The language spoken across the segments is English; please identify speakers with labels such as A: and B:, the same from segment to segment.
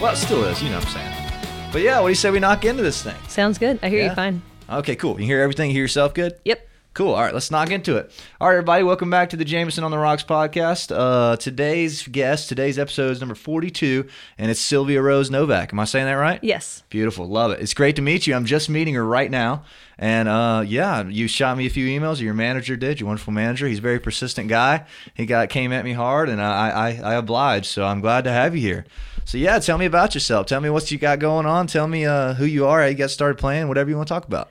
A: Well, it still is. You know what I'm saying. But yeah, what do you say we knock into this thing?
B: Sounds good. I hear
A: Yeah?
B: you fine.
A: Okay, cool. You hear everything? You hear yourself good?
B: Yep.
A: Cool. All right, let's knock into it. All right, everybody, welcome back to the Jameson on the Rocks podcast. Uh, today's guest, today's episode is number 42, and it's Sylvia Rose Novak. Am I saying that right?
B: Yes.
A: Beautiful. Love it. It's great to meet you. I'm just meeting her right now. And uh, yeah, you shot me a few emails. Your manager did. Your wonderful manager. He's a very persistent guy. He got came at me hard, and I, I, I obliged. So I'm glad to have you here. So yeah, tell me about yourself. Tell me what you got going on. Tell me uh, who you are, how you got started playing, whatever you want to talk about.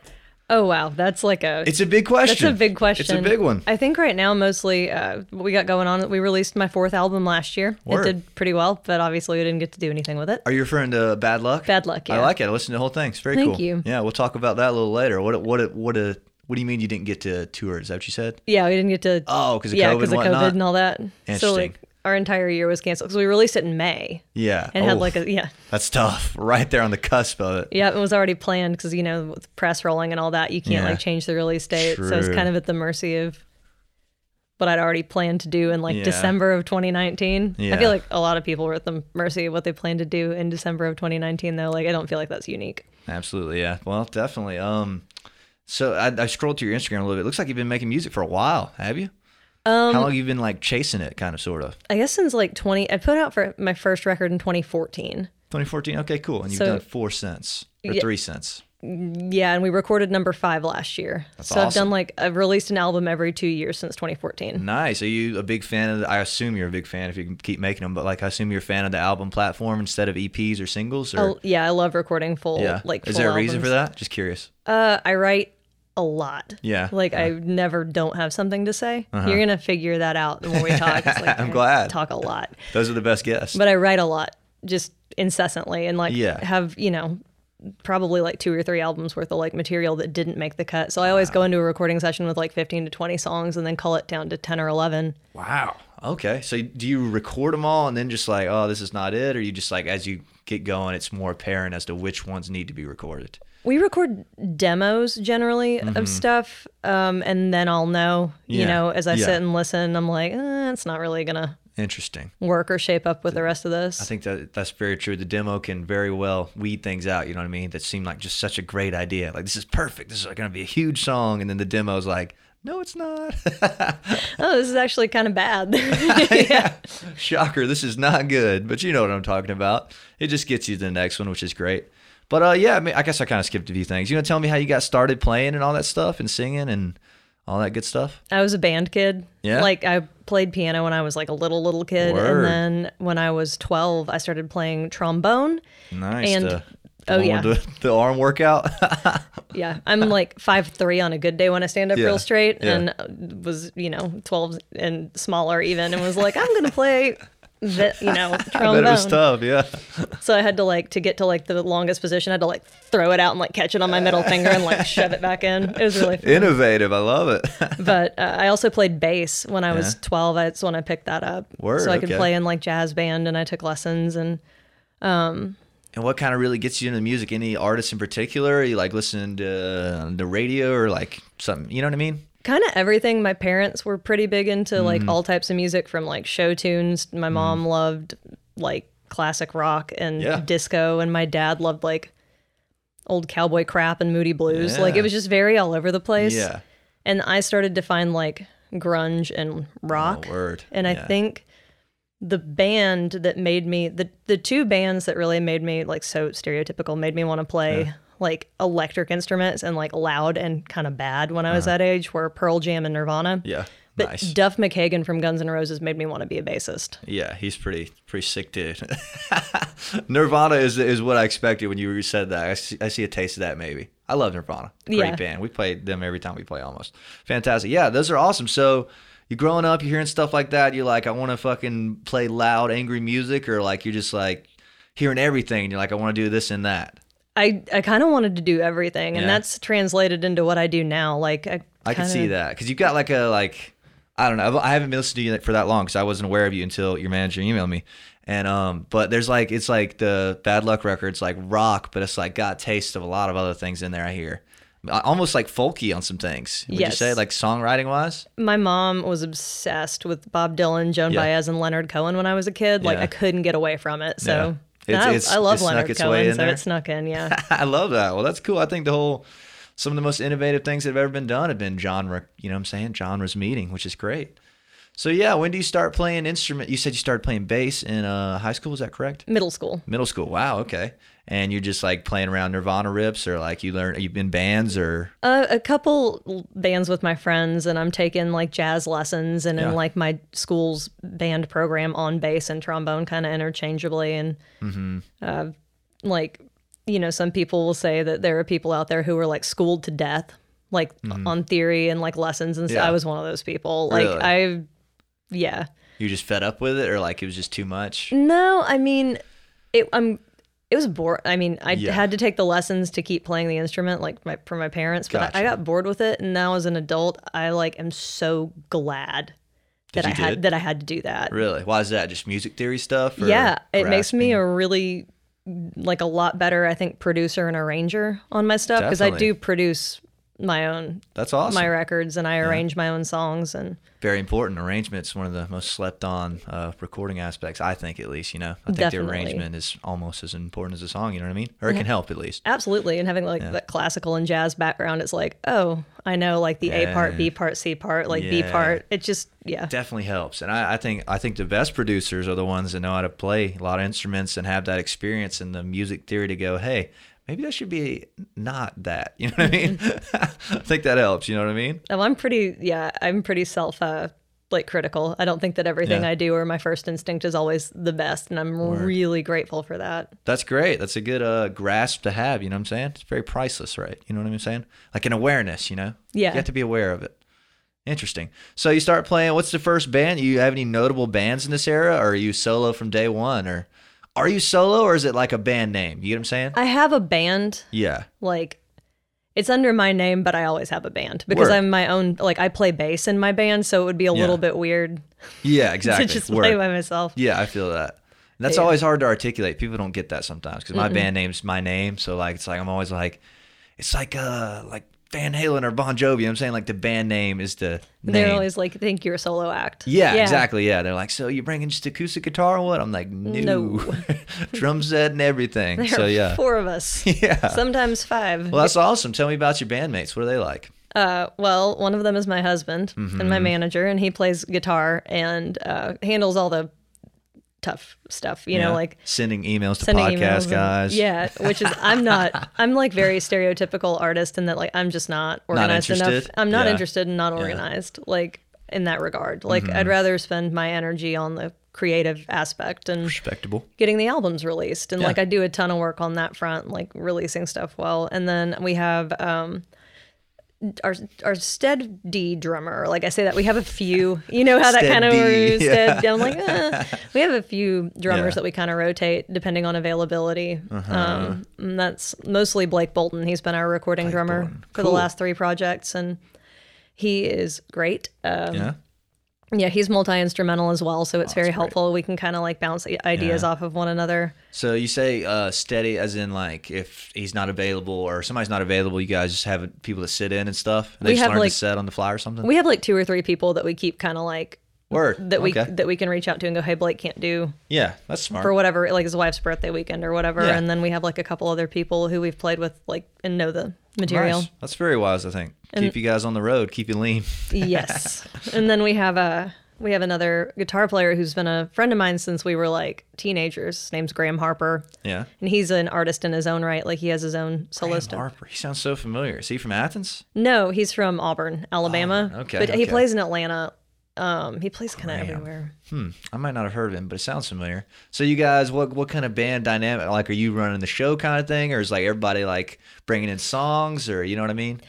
B: Oh wow, that's like a
A: It's a big question.
B: that's a big question.
A: It's a big one.
B: I think right now mostly uh, what we got going on. We released my fourth album last year.
A: Word.
B: It did pretty well, but obviously we didn't get to do anything with it.
A: Are you referring to bad luck?
B: Bad Luck,
A: I
B: yeah.
A: like it. I listened to the whole thing. It's very
B: Thank
A: cool.
B: you.
A: Yeah, we'll talk about that a little later. What a- what a, what a, what do you mean you didn't get to tour? Is that what you said?
B: Yeah, we didn't get to.
A: Oh, 'cause of
B: yeah,
A: COVID and
B: of
A: whatnot?
B: COVID and all that. So
A: Interesting.
B: like our entire year was canceled because we released it in May
A: Yeah.
B: and had
A: Oh,
B: like a yeah
A: that's tough. Right there on the cusp of it.
B: yeah it was already planned because you know with press rolling and all that you can't
A: Yeah.
B: like change the release date. So it's
A: True.
B: kind of at the mercy of what I'd already planned to do in like
A: Yeah.
B: December of 2019. I
A: Yeah.
B: feel like a lot of people were at the mercy of what they planned to do in December of 2019 though. Like I don't feel like that's unique.
A: Absolutely. Yeah. Well, definitely. Um, so I, I scrolled through your Instagram a little bit. It looks like you've been making music for a while. Have you? Um, How long have you been like chasing it, kind of, sort of?
B: I guess since like 20 I put out for my first record in 2014.
A: 2014. Okay, cool. And you've
B: So-
A: done four cents or
B: Yeah.
A: three cents.
B: Yeah, and we recorded number five last year. so I've
A: awesome.
B: done like I've released an album every two years since 2014.
A: Nice. Are you a big fan of? The, I assume you're a big fan if you can keep making them. But like, I assume you're a fan of the album platform instead of EPs or singles. Or
B: Oh, yeah, I love recording full
A: yeah,
B: like.
A: is
B: full
A: there a reason for
B: albums.
A: that? Just curious.
B: Uh, I write a lot.
A: Yeah, Uh-huh.
B: Like I never don't have something to say. You're gonna figure that out the more we talk. It's like,
A: I'm
B: I
A: glad.
B: Talk a lot,
A: Those are the best guests.
B: but I write a lot, just incessantly, and like
A: Yeah.
B: have you know probably like two or three albums worth of like material that didn't make the cut. So I always go into a recording session with like 15 to 20 songs and then cull it down to 10 or 11.
A: wow. Okay. So do you record them all and then just like, oh, this is not it, or you just like as you get going, it's more apparent as to which ones need to be recorded.
B: We record demos generally of stuff, um, and then I'll know,
A: Mm-hmm. Yeah.
B: you know, as I
A: Yeah.
B: sit and listen, I'm like, eh, it's not really gonna
A: Interesting.
B: work or shape up with the rest of this.
A: I think that that's very true. The demo can very well weed things out. You know what I mean? That seemed like just such a great idea. Like this is perfect. This is going to be a huge song, and then the demo's like, no, it's not.
B: oh, this is actually kind of bad.
A: yeah. Shocker, this is not good, but you know what I'm talking about. It just gets you to the next one, which is great. But uh, yeah, I, mean, I guess I kind of skipped a few things. You gonna tell me how you got started playing and all that stuff and singing and all that good stuff?
B: I was a band kid.
A: Yeah?
B: Like I played piano when I was like a little little kid,
A: Word.
B: and then when I was 12, I started playing trombone.
A: Nice.
B: And-
A: the- the
B: oh,
A: one
B: yeah.
A: with the, the arm workout.
B: Yeah, I'm like five three on a good day when I stand up
A: Yeah,
B: real straight,
A: yeah.
B: and and was you know 12 and smaller even, and was like, I'm gonna play. The, you know,
A: I bet
B: trombone.
A: it was tough. Yeah.
B: So I had to like to get to like the longest position, I had to like throw it out and like catch it on my middle finger and like shove it back in. It was really fun.
A: Innovative. I love it.
B: But uh, I also played bass when I was 12. That's when I picked that up.
A: Word,
B: so I could
A: okay.
B: play in like jazz band and I took lessons and
A: and what kind of really gets you into music? Any artists in particular? you like listening to uh, the radio or like something? You know what I mean?
B: kind of everything. My parents were pretty big into
A: Mm.
B: like all types of music from like show tunes. My mom loved like classic rock and
A: Yeah.
B: disco, and my dad loved like old cowboy crap and moody blues. Like
A: Yeah.
B: it was just very all over the place.
A: Yeah.
B: And I started to find like grunge and rock.
A: Oh, word.
B: and
A: Yeah.
B: I think the band that made me the the two bands that really made me like so stereotypical made me want to play like electric instruments and like loud and kind of bad when I was that age were Pearl Jam and Nirvana.
A: Uh-huh. Yeah.
B: But
A: nice.
B: Duff McKagan from Guns N' Roses made me want to be a bassist.
A: Yeah, he's pretty pretty sick dude. Nirvana is is what I expected when you said that. I see, I see a taste of that maybe. I love Nirvana. Great
B: Yeah.
A: band. We play them every time we play almost. Fantastic. Yeah, those are awesome. So you're growing up, you're hearing stuff like that. You're like, I want to fucking play loud, angry music, or like you're just like hearing everything. And you're like, I want to do this and that.
B: I, I kind of wanted to do everything, and
A: Yeah.
B: that's translated into what I do now. Like I,
A: I can
B: kinda-
A: see that because you've got like a like I don't know. I've- I haven't been listening to you for that long because I wasn't aware of you until your manager emailed me. And um, but there's like it's like the Bad Luck records like rock, but it's like got taste of a lot of other things in there. I hear I- almost like folky on some things. Would you
B: Yes.
A: say like songwriting wise?
B: My mom was obsessed with Bob Dylan, Joan
A: Yeah.
B: Baez, and Leonard Cohen when I was a kid. Like
A: Yeah.
B: I couldn't get away from it. So And I,
A: It's, it's,
B: I love
A: it snuck
B: Leonard
A: its way
B: Cohen,
A: in
B: so
A: there.
B: it snuck in. Yeah,
A: I love that. Well, that's cool. I think the whole some of the most innovative things that have ever been done have been genre. You know what I'm saying? Genres meeting, which is great. So yeah, when do you start playing instrument? You said you started playing bass in uh, high school. Is that correct?
B: middle school.
A: Middle school. Wow. Okay. And you're just like playing around Nirvana rips, or like you learn you've been bands, or
B: Uh, a couple l- bands with my friends, and I'm taking like jazz lessons and
A: Yeah.
B: in like my school's band program on bass and trombone kind of interchangeably. And
A: Mm-hmm.
B: uh, like, you know, some people will say that there are people out there who are like schooled to death, like on theory and like lessons. And so
A: Mm-hmm. Yeah.
B: I was one of those people. Like,
A: Really?
B: I, yeah.
A: you're just fed up with it, or like it was just too much.
B: No, I mean, it. I'm. It was bored. I mean, I
A: Yeah.
B: had to take the lessons to keep playing the instrument, like my, for my parents. But I, I
A: Gotcha.
B: got bored with it, and now as an adult, I like am so glad that
A: you
B: I had
A: did?
B: that I had to do that.
A: Really? Why is that? Just music theory stuff? or
B: Yeah, it makes me
A: grasping?
B: a really like a lot better, I think, producer and arranger on my stuff because I
A: Definitely.
B: do produce my own
A: That's awesome.
B: my records and I arrange my own songs and
A: very important arrangements one of the most slept on uh, recording aspects i think at least you know i think
B: Definitely.
A: the arrangement is almost as important as the song you know what i mean or it can help at least
B: Absolutely. And having like that classical and jazz background, it's like, oh, I know like the A part, B part, C part, like B
A: Yeah.
B: part. It just, yeah.
A: definitely helps and I, I think i think the best producers are the ones that know how to play a lot of instruments and have that experience in the music theory to go hey maybe that should be not that you know what i mean
B: Mm-hmm.
A: i think that helps you know what i mean
B: Um, I'm pretty, yeah, I'm pretty self, uh, like critical. I don't think that everything
A: Yeah.
B: I do or my first instinct is always the best. And I'm really grateful for that.
A: That's great. That's a good uh, grasp to have. You know what I'm saying? It's very priceless, right? You know what I'm saying? Like an awareness. You know?
B: Yeah.
A: You have to be aware of it. Interesting. So you start playing. What's the first band? You have any notable bands in this era, or are you solo from day one, or are you solo, or is it like a band name? You get what I'm saying?
B: I have a band,
A: yeah.
B: like, it's under my name, but I always have a band because
A: Word.
B: I'm my own, like, I play bass in my band. So it would be a little bit weird
A: Yeah. Exactly.
B: to just
A: Word.
B: play by myself.
A: Yeah, I feel that. And that's always hard to articulate. People don't get that sometimes because my band name's my name. So like, it's like I'm always like, it's like uh like Van Halen or Bon Jovi. You know what I'm saying like the band name is the
B: They're
A: name.
B: always like, think you're a solo act.
A: yeah, exactly. Yeah, they're like, so you bringing just acoustic guitar and what? I'm like, no,
B: No.
A: drum set and everything.
B: There
A: so
B: are
A: yeah,
B: four of us.
A: yeah.
B: Sometimes five.
A: well, that's awesome. Tell me about your bandmates. What are they like?
B: Uh, well, one of them is my husband
A: Mm-hmm.
B: and my manager, and he plays guitar and uh, handles all the tough stuff. You
A: Yeah.
B: know, like
A: sending emails to
B: sending emails.
A: podcast
B: and-
A: guys.
B: yeah, which is I'm not. I'm like very stereotypical artist in that like I'm just not organized enough.
A: interested?
B: I'm not
A: Yeah. Mm-hmm.
B: interested and not organized. Like in that regard, like I'd rather spend my energy on the creative aspect and
A: respectable.
B: getting the albums released and
A: Yeah.
B: like I do a ton of work on that front like releasing stuff well and then we have um our our steady drummer like I say that we have a few you know how that kind of
A: Steady,
B: works
A: yeah.
B: stead- I'm like eh. we have a few drummers
A: Yeah. Uh-huh.
B: that we kind of rotate depending on availability um and that's mostly Blake Bolton he's been our recording drummer
A: Bolton.
B: for
A: Cool.
B: the last three projects and he is great um
A: Yeah. Oh,
B: yeah, he's multi instrumental as well, so it's very
A: that's great.
B: helpful. We can kind of like bounce i- ideas
A: Yeah.
B: off of one another.
A: So you say uh, steady, as in like if he's not available or somebody's not available, you guys just have people that sit in and stuff. And they
B: We
A: just
B: have,
A: learn
B: like-
A: to set on the fly or something.
B: We have like two or three people that we keep kind of like
A: Word
B: that we
A: Okay.
B: that we can reach out to and go, hey, Blake can't do
A: yeah, that's smart.
B: for whatever, like his wife's birthday weekend or whatever.
A: Yeah.
B: And then we have like a couple other people who we've played with like and know the material.
A: Nice. That's very wise, I think. keep you guys on the road, keep you lean.
B: yes. And then we have a we have another guitar player who's been a friend of mine since we were like teenagers. His name's Graham Harper,
A: Yeah.
B: and he's an artist in his own right. Like he has his own solo
A: Graham
B: stuff.
A: Harper. He sounds so familiar. Is he from Athens?
B: No, he's from Auburn, Alabama.
A: Auburn, okay,
B: but he
A: okay.
B: plays in Atlanta. Um, he plays kind of everywhere.
A: Hmm. I might not have heard of him, but it sounds familiar. So you guys, what what kind of band dynamic? Like, are you running the show kind of thing, or is like everybody like bringing in songs, or you know what I mean?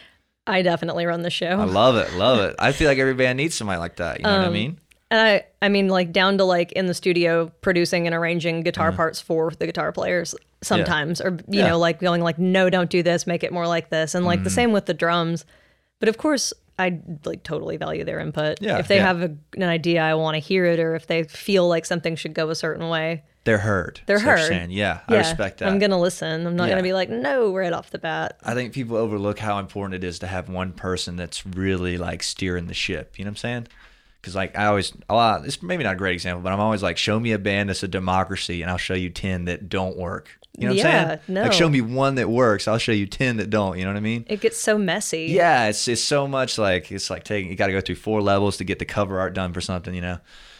B: I definitely run the show.
A: I love it, love it. I feel like every band needs somebody like that. You know
B: Um,
A: what I mean?
B: And I, I mean, like down to like in the studio producing and arranging guitar parts for the guitar players sometimes, or you
A: Mm-hmm. Yeah. Mm-hmm.
B: know, like going like, no, don't do this, make it more like this, and like the same with the drums. But of course, I like totally value their input.
A: Yeah,
B: if they
A: yeah.
B: have a, an idea, I want to hear it, or if they feel like something should go a certain way,
A: They're heard.
B: They're
A: is what you're
B: heard.
A: saying. Yeah, I respect that.
B: I'm gonna listen. I'm not
A: Yeah.
B: gonna be like, no, right off the bat.
A: I think people overlook how important it is to have one person that's really like steering the ship. You know what I'm saying? because like I always, well, it's maybe not a great example, but I'm always like, show me a band that's a democracy, and I'll show you ten that don't work. You know what I'm
B: Yeah,
A: saying?
B: no.
A: Like, show me one that works. I'll show you ten that don't. You know what I mean?
B: It gets so messy.
A: Yeah, it's it's so much like it's like taking you got to go through four levels to get the cover art done for something, you know.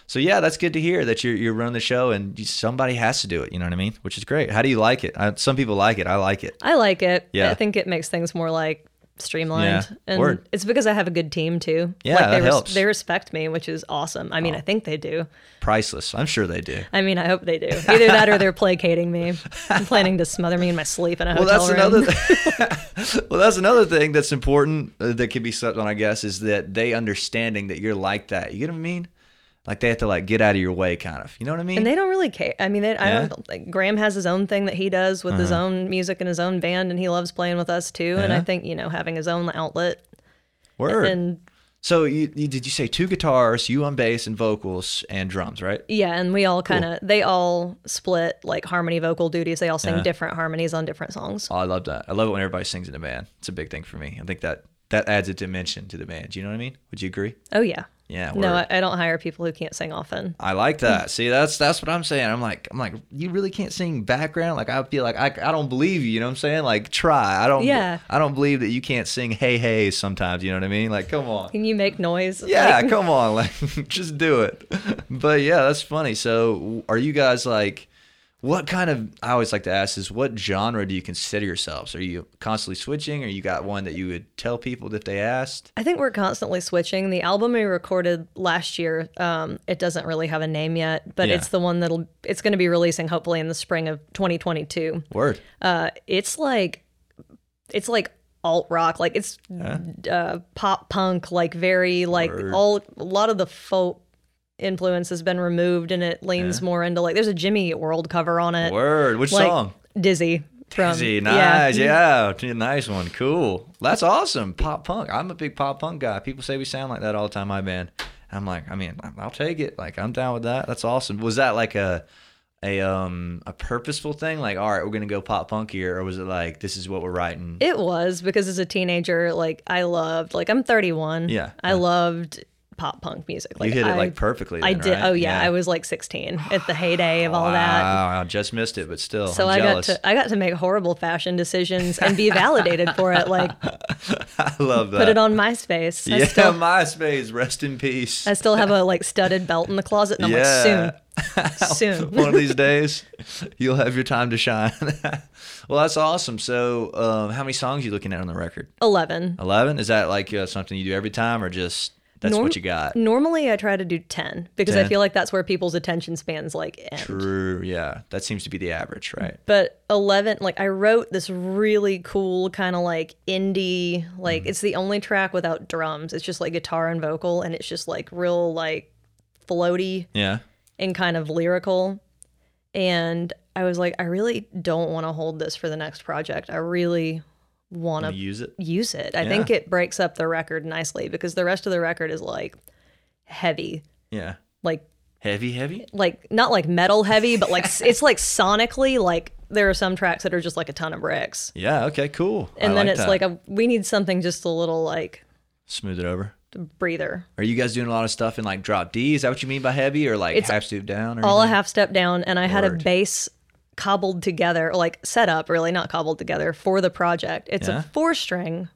A: So yeah, that's good to hear that you're you're running the show and you- somebody has to do it. You know what I mean? Which is great. How do you like it? I, some people like it. I like it.
B: I like it.
A: Yeah.
B: I think it makes things more like streamlined.
A: Yeah.
B: And
A: Word.
B: it's because I have a good team too.
A: Yeah,
B: like they
A: that helps.
B: they respect me, which is awesome. I mean, I think they do.
A: Priceless. I'm sure they do.
B: I mean, I hope they do. Either that or they're placating me, and planning to smother me in my sleep in a
A: Well,
B: hotel
A: that's
B: room.
A: another. well, that's another thing that's important uh, that could be slept on, I guess, is that they understanding that you're like that. You get what I mean? Like they have to like get out of your way, kind of. You know what I mean?
B: and they don't really care. I mean, they, I
A: Yeah. Uh-huh.
B: don't like Graham has his own thing that he does with his own music and his own band, and he loves playing with us too. And I
A: Yeah.
B: think you know having his own outlet
A: Word.
B: and
A: so you, you did you say two guitars, you on bass and vocals and drums, right?
B: Yeah, and we all kind of they all split like harmony vocal duties. They all sing
A: Yeah.
B: different harmonies on different songs.
A: Oh, I love that. I love it when everybody sings in a band. It's a big thing for me. I think that that adds a dimension to the band. Do you know what I mean? Would you agree?
B: Oh yeah.
A: Yeah. word.
B: No, I, I don't hire people who can't sing often.
A: I like that. See, that's that's what I'm saying. I'm like, I'm like, you really can't sing background. Like, I feel like I, I don't believe you. You know what I'm saying? Like, try. I don't.
B: Yeah.
A: I don't believe that you can't sing hey hey sometimes. You know what I mean? Like, come on.
B: Can you make noise?
A: Yeah,
B: Like,
A: come on. Like, just do it. But yeah, that's funny. So, are you guys like? What kind of I always like to ask is what genre do you consider yourselves? Are you constantly switching, or you got one that you would tell people if they asked?
B: I think we're constantly switching. The album we recorded last year, um, it doesn't really have a name yet, but
A: Yeah.
B: it's the one that'll it's going to be releasing hopefully in the spring of 2022.
A: Word.
B: Uh, it's like it's like alt rock, like it's uh, pop punk, like very like
A: Word.
B: all a lot of the folk influence has been removed and it leans more into like there's a Jimmy Eat World cover on it.
A: Word. Which
B: Uh, like
A: song?
B: Dizzy from
A: Dizzy,
B: yeah. Mm-hmm.
A: nice, yeah. yeah, nice one, cool. That's awesome, pop punk. I'm a big pop punk guy. People say we sound like that all the time. My band. I'm like, I mean, I'll take it. Like, I'm down with that. That's awesome. Was that like a a um a purposeful thing? Like, all right, we're gonna go pop punk here, or was it like this is what we're writing?
B: It was because as a teenager, like I loved, like I'm 31.
A: Yeah,
B: I loved pop punk music.
A: you hit it
B: I-
A: like perfectly.
B: I
A: then,
B: did.
A: right?
B: Oh yeah, I was like 16 at the heyday of all that.
A: Wow, I just missed it, but still,
B: So
A: I'm
B: I got
A: jealous.
B: to I got to make horrible fashion decisions and be validated for it. Like
A: I love that.
B: put it on MySpace. I
A: yeah,
B: still
A: MySpace. Rest in peace.
B: I still have a like studded belt in the closet, and I'm
A: Yeah.
B: like soon, soon.
A: one of these days you'll have your time to shine well that's awesome so um, how many songs you looking at on the record
B: Eleven.
A: 11 is that like uh, something you do every time or just that's
B: Norm-
A: what you got
B: Normally, I try to do ten because I
A: 10?
B: feel like that's where people's attention spans like end.
A: true yeah that seems to be the average right
B: But eleven, like I wrote this really cool kind of like indie, like it's the only track without drums. It's just like guitar and vocal, and it's just like real like floaty
A: yeah
B: and kind of lyrical. And I was like, I really don't want to hold this for the next project. I really want to
A: you use it
B: use it. I think it breaks up the record nicely because the rest of the record is like heavy,
A: yeah
B: like
A: heavy heavy
B: like not like metal heavy, but like s- it's like sonically like there are some tracks that are just like a ton of bricks,
A: yeah okay cool
B: and
A: I
B: then
A: like
B: it's
A: that.
B: like a, we need something just a little like
A: smooth it over
B: breather.
A: are you guys doing a lot of stuff in like drop d is that what you mean by heavy or like
B: It's
A: half stoop down or
B: All a
A: anything?
B: half step down, and I had a
A: Word.
B: bass cobbled together, or like set up really, not cobbled together for the project. It's
A: Yeah.
B: a four string,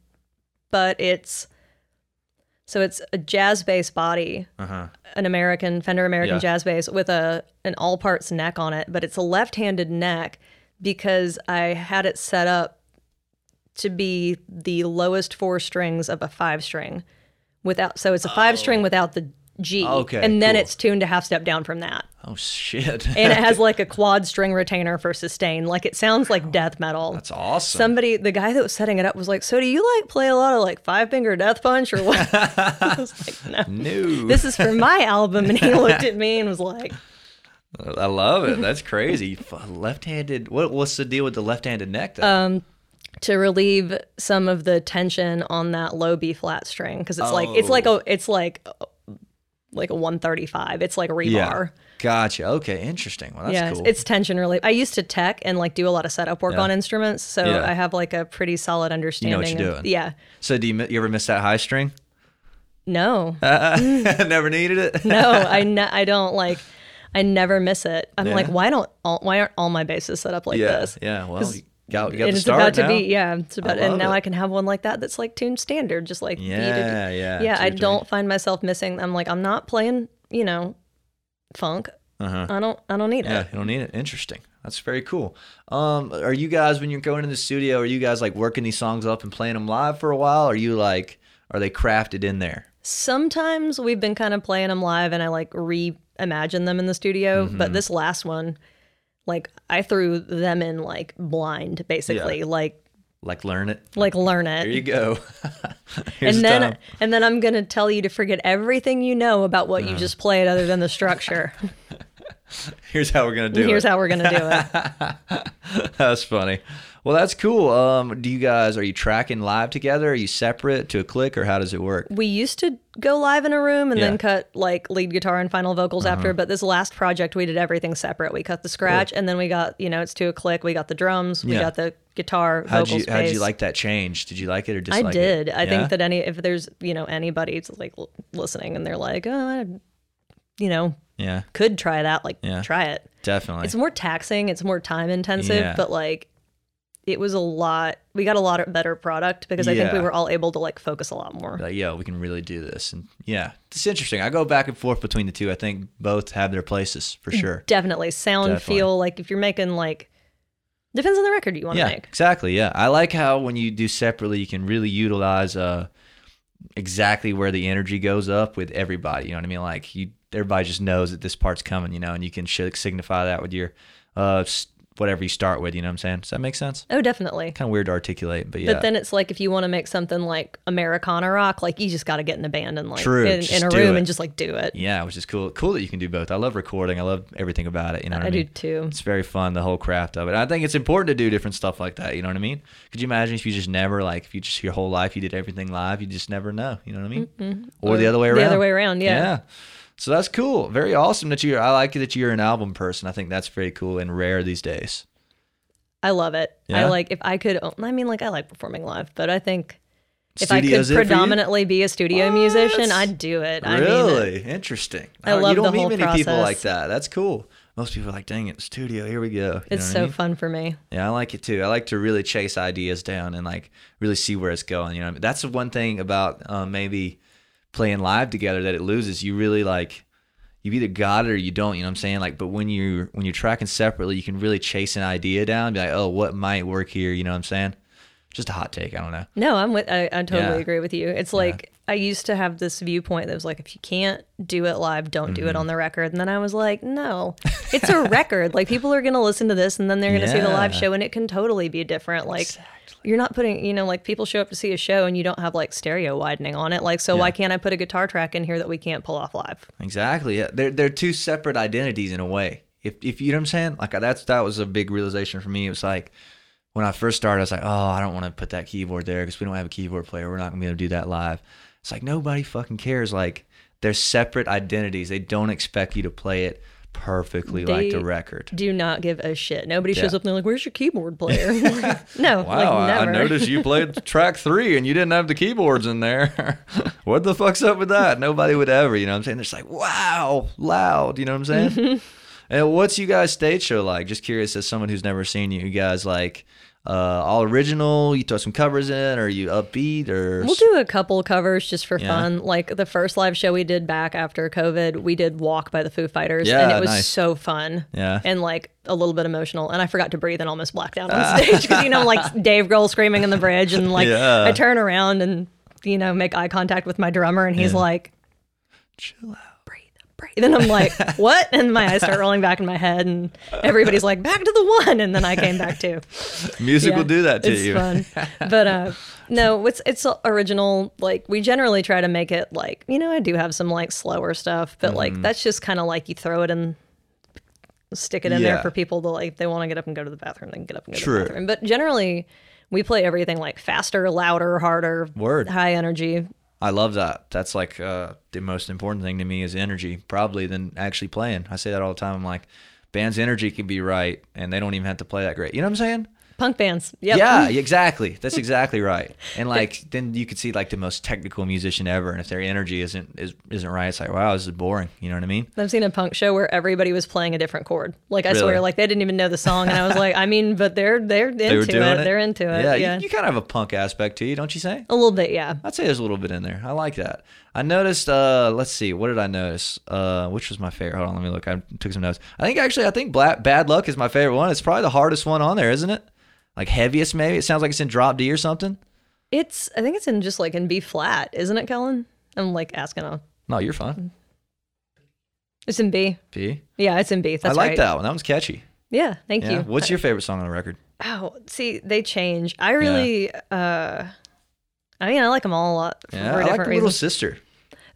B: but it's so it's a jazz bass body
A: uh-huh
B: an American Fender American
A: Yeah.
B: jazz bass with a an all parts neck on it, but it's a left-handed neck because I had it set up to be the lowest four strings of a five string without so it's a five string without the G.
A: Oh. Okay,
B: and then
A: cool.
B: it's tuned a half step down from that.
A: oh shit
B: And it has like a quad string retainer for sustain. Like it sounds like death metal.
A: that's awesome
B: Somebody, the guy that was setting it up was like, "So do you like play a lot of like five finger death punch or what?" I was like, "No."
A: new
B: this is for my album. And he looked at me and was like,
A: I love it. That's crazy. F- left-handed. What? What's the deal with the left-handed neck? Though?
B: Um, to relieve some of the tension on that low B flat string. Cause it's like, it's like
A: Oh.
B: a, it's like, uh, like a 135. It's like rebar. Yeah.
A: Gotcha. Okay. Interesting. Well, that's
B: it's,
A: cool.
B: it's tension relief. I used to tech and like do a lot of setup work on instruments. So
A: Yeah.
B: I have like a pretty solid understanding.
A: you're
B: of-
A: doing.
B: Yeah.
A: so, do you, mi- you ever miss that high string?
B: No,
A: Uh, never needed it.
B: no, I ne- I don't like. I never miss it. I'm
A: Yeah.
B: like, why don't all, why aren't all my bases set up like
A: yeah,
B: this?
A: yeah. Well,
B: 'Cause
A: you got, you got
B: And
A: the
B: it's
A: start
B: about to
A: now.
B: be yeah. It's about
A: love
B: and now
A: it.
B: I can have one like that that's like tuned standard, just like beaded.
A: Yeah, yeah,
B: yeah.
A: I see
B: I
A: what you
B: don't find myself missing. I'm like, I'm not playing. You know, funk.
A: Uh-huh.
B: I don't. I don't need
A: Yeah,
B: it.
A: you don't need it. Interesting. That's very cool. Um, are you guys when you're going in the studio? Are you guys like working these songs up and playing them live for a while? Are you like, are they crafted in there?
B: Sometimes we've been kind of playing them live, and I like reimagine them in the studio.
A: Mm-hmm.
B: But this last one, like, I threw them in like blind, basically, like
A: Like, learn it.
B: like learn it.
A: There you go. Here's
B: and
A: the
B: then
A: time.
B: and then I'm gonna tell you to forget everything you know about what you just played, other than the structure.
A: here's how we're gonna do
B: Here's
A: it.
B: how we're gonna do it.
A: that's funny. Well, that's cool. Um, do you guys are you tracking live together? Are you separate to a click, or how does it work?
B: we used to go live in a room and
A: Yeah. Uh-huh.
B: then cut like lead guitar and final vocals after but this last project we did everything separate we cut the scratch and then we got you know it's to a click we got the drums we
A: Yeah.
B: got the guitar
A: How'd
B: vocals
A: you how'd you
B: bass.
A: like that change? Did you like it or
B: i
A: dislike it?
B: did i
A: Yeah?
B: think that any if there's you know anybody that's like l- listening and they're like oh I, you know
A: yeah,
B: could try that like
A: Yeah.
B: try it
A: definitely.
B: it's more taxing it's more time intensive
A: Yeah.
B: but like it was a lot we got a lot of better product because i think we
A: Yeah.
B: were all able to like focus a lot more
A: like, yo, we can really do this. And yeah, it's interesting. I go back and forth between the two. I think both have their places
B: Hmm.
A: for sure.
B: Definitely. Sound,
A: Definitely.
B: feel, like if you're making like depends on the record you want to
A: Yeah,
B: make.
A: exactly. Yeah, I like how when you do separately, you can really utilize uh, exactly where the energy goes up with everybody. You know what I mean? Like you, everybody just knows that this part's coming. You know, and you can sh- signify that with your uh, s- whatever you start with. You know what I'm saying? Does that make sense?
B: Oh, definitely.
A: Kind of weird to articulate, but yeah.
B: But then it's like if you want to make something like Americana rock, like you just got to get in a band and like
A: True,
B: in,
A: just
B: in a
A: do
B: room
A: it.
B: and just like do it.
A: yeah, which is cool. Cool that you can do both. I love recording. I love everything about it. You know what I,
B: I
A: mean?
B: do too.
A: It's very fun, the whole craft of it. I think it's important to do different stuff like that. You know what I mean? Could you imagine if you just never, like, if you just your whole life you did everything live, you just never know. You know what I mean? Or, the other way around.
B: Mm-hmm. The other way around, yeah.
A: So that's cool. Very awesome that you. I like that you're an album person. I think that's very cool and rare these days.
B: I love it.
A: Yeah.
B: I like if I could I mean like I like performing live, but I think if
A: Studio's
B: I
A: it
B: could
A: for you?
B: predominantly be a studio
A: What?
B: musician, I'd do it. I mean
A: Really interesting.
B: I love
A: you don't
B: the
A: meet
B: whole
A: many people
B: process.
A: like that. That's cool. Most people are like, dang it, studio, here we go. You know
B: it's
A: what I
B: so
A: mean?
B: fun for me.
A: Yeah, I like it too. I like to really chase ideas down and like really see where it's going. You know, that's the one thing about um, maybe playing live together that it loses. You really like you've either got it or you don't. You know what I'm saying? Like, but when you when you're tracking separately, you can really chase an idea down. Be like, oh, what might work here? You know what I'm saying? Just a hot take. I don't know.
B: No, I'm with. I, I totally
A: Yeah.
B: agree with you. It's like I used to have this viewpoint that was like, if you can't do it live, don't
A: Mm-hmm.
B: do it on the record. And then I was like, no, it's a record. Like people are gonna listen to this, and then they're gonna see the live
A: Yeah.
B: show, and it can totally be different. Like you're not putting, you know, like people show up to see a show, and you don't have like stereo widening on it. Like so, why can't I put a guitar track in here that we can't pull off live?
A: Exactly. Yeah. They're they're two separate identities in a way. If if you know what I'm saying, like that's that was a big realization for me. It was like when I first started, I was like, oh, I don't want to put that keyboard there because we don't have a keyboard player. We're not gonna be able to do that live. It's like nobody fucking cares. Like they're separate identities. They don't expect you to play it perfectly like the
B: They-
A: record.
B: Do not give a shit. Nobody shows
A: Yeah.
B: up and they're like, "Where's your keyboard player?" no,
A: Wow,
B: like
A: I-
B: never.
A: I noticed you played track three and you didn't have the keyboards in there. what the fuck's up with that? Nobody would ever, you know what I'm saying? They're just like, wow, loud, you know what I'm saying? and what's you guys stage show like? Just curious as someone who's never seen you, you guys like uh, all original, you throw some covers in, or you upbeat, or
B: We'll do a couple covers just for
A: Yeah.
B: fun. Like the first live show we did back after COVID, we did Walk by the Foo Fighters, and
A: Yeah,
B: it was
A: nice.
B: so fun.
A: Yeah.
B: And like a little bit emotional. And I forgot to breathe and almost blacked out on stage because, you know, like Dave Grohl screaming in the bridge. And like
A: Yeah.
B: I turn around and, you know, make eye contact with my drummer and he's like,
A: chill out.
B: breathe, breathe. And I'm like, what? And my eyes start rolling back in my head. And everybody's like, back to the one. And then I came back too.
A: Music will
B: Yeah,
A: do that to
B: it's
A: you.
B: fun, but uh, no, it's it's original. Like we generally try to make it like you know I do have some like slower stuff, but
A: Mm-hmm.
B: like that's just kind of like you throw it in, stick it in
A: Yeah.
B: there for people to like if they want to get up and go to the bathroom, they can get up and go
A: True.
B: to the bathroom. But generally, we play everything like faster, louder, harder,
A: Word.
B: high energy.
A: I love that. That's like uh, the most important thing to me is energy, probably than actually playing. I say that all the time. I'm like, band's energy can be right, and they don't even have to play that great. You know what I'm saying?
B: punk bands. Yep. Mm-hmm.
A: Yeah, exactly. That's exactly right. And like then you could see like the most technical musician ever, and if their energy isn't is, isn't right, it's like wow, this is boring. You know what I mean?
B: I've seen a punk show where everybody was playing a different chord. Like I swear,
A: Really?
B: like they didn't even know the song, and I was like, I mean, but they're they're into
A: were
B: it. They're into it. Yeah.
A: you- You, kind of have a punk aspect to you, don't you say?
B: a little bit, yeah.
A: I'd say there's a little bit in there. I like that. I noticed. uh Let's see. What did I notice? Uh Which was my favorite? Hold on. Let me look. I took some notes. I think actually, I think Black, Bad Luck is my favorite one. It's probably the hardest one on there, isn't it? Like heaviest, maybe. It sounds like it's in drop D or something.
B: It's I think it's in just like in B flat, isn't it, Kellen? I'm like asking a.
A: No, you're
B: Mm.
A: fine.
B: It's in B.
A: P.
B: Yeah, it's in B.
A: I
B: That's
A: like
B: right.
A: that one. That one's catchy.
B: Yeah, thank
A: Yeah.
B: you.
A: What's your favorite song on the record?
B: Oh, see, they change. I really, uh, I mean, I like them all a lot for
A: Yeah, I like
B: different
A: the Little
B: reasons.
A: Sister.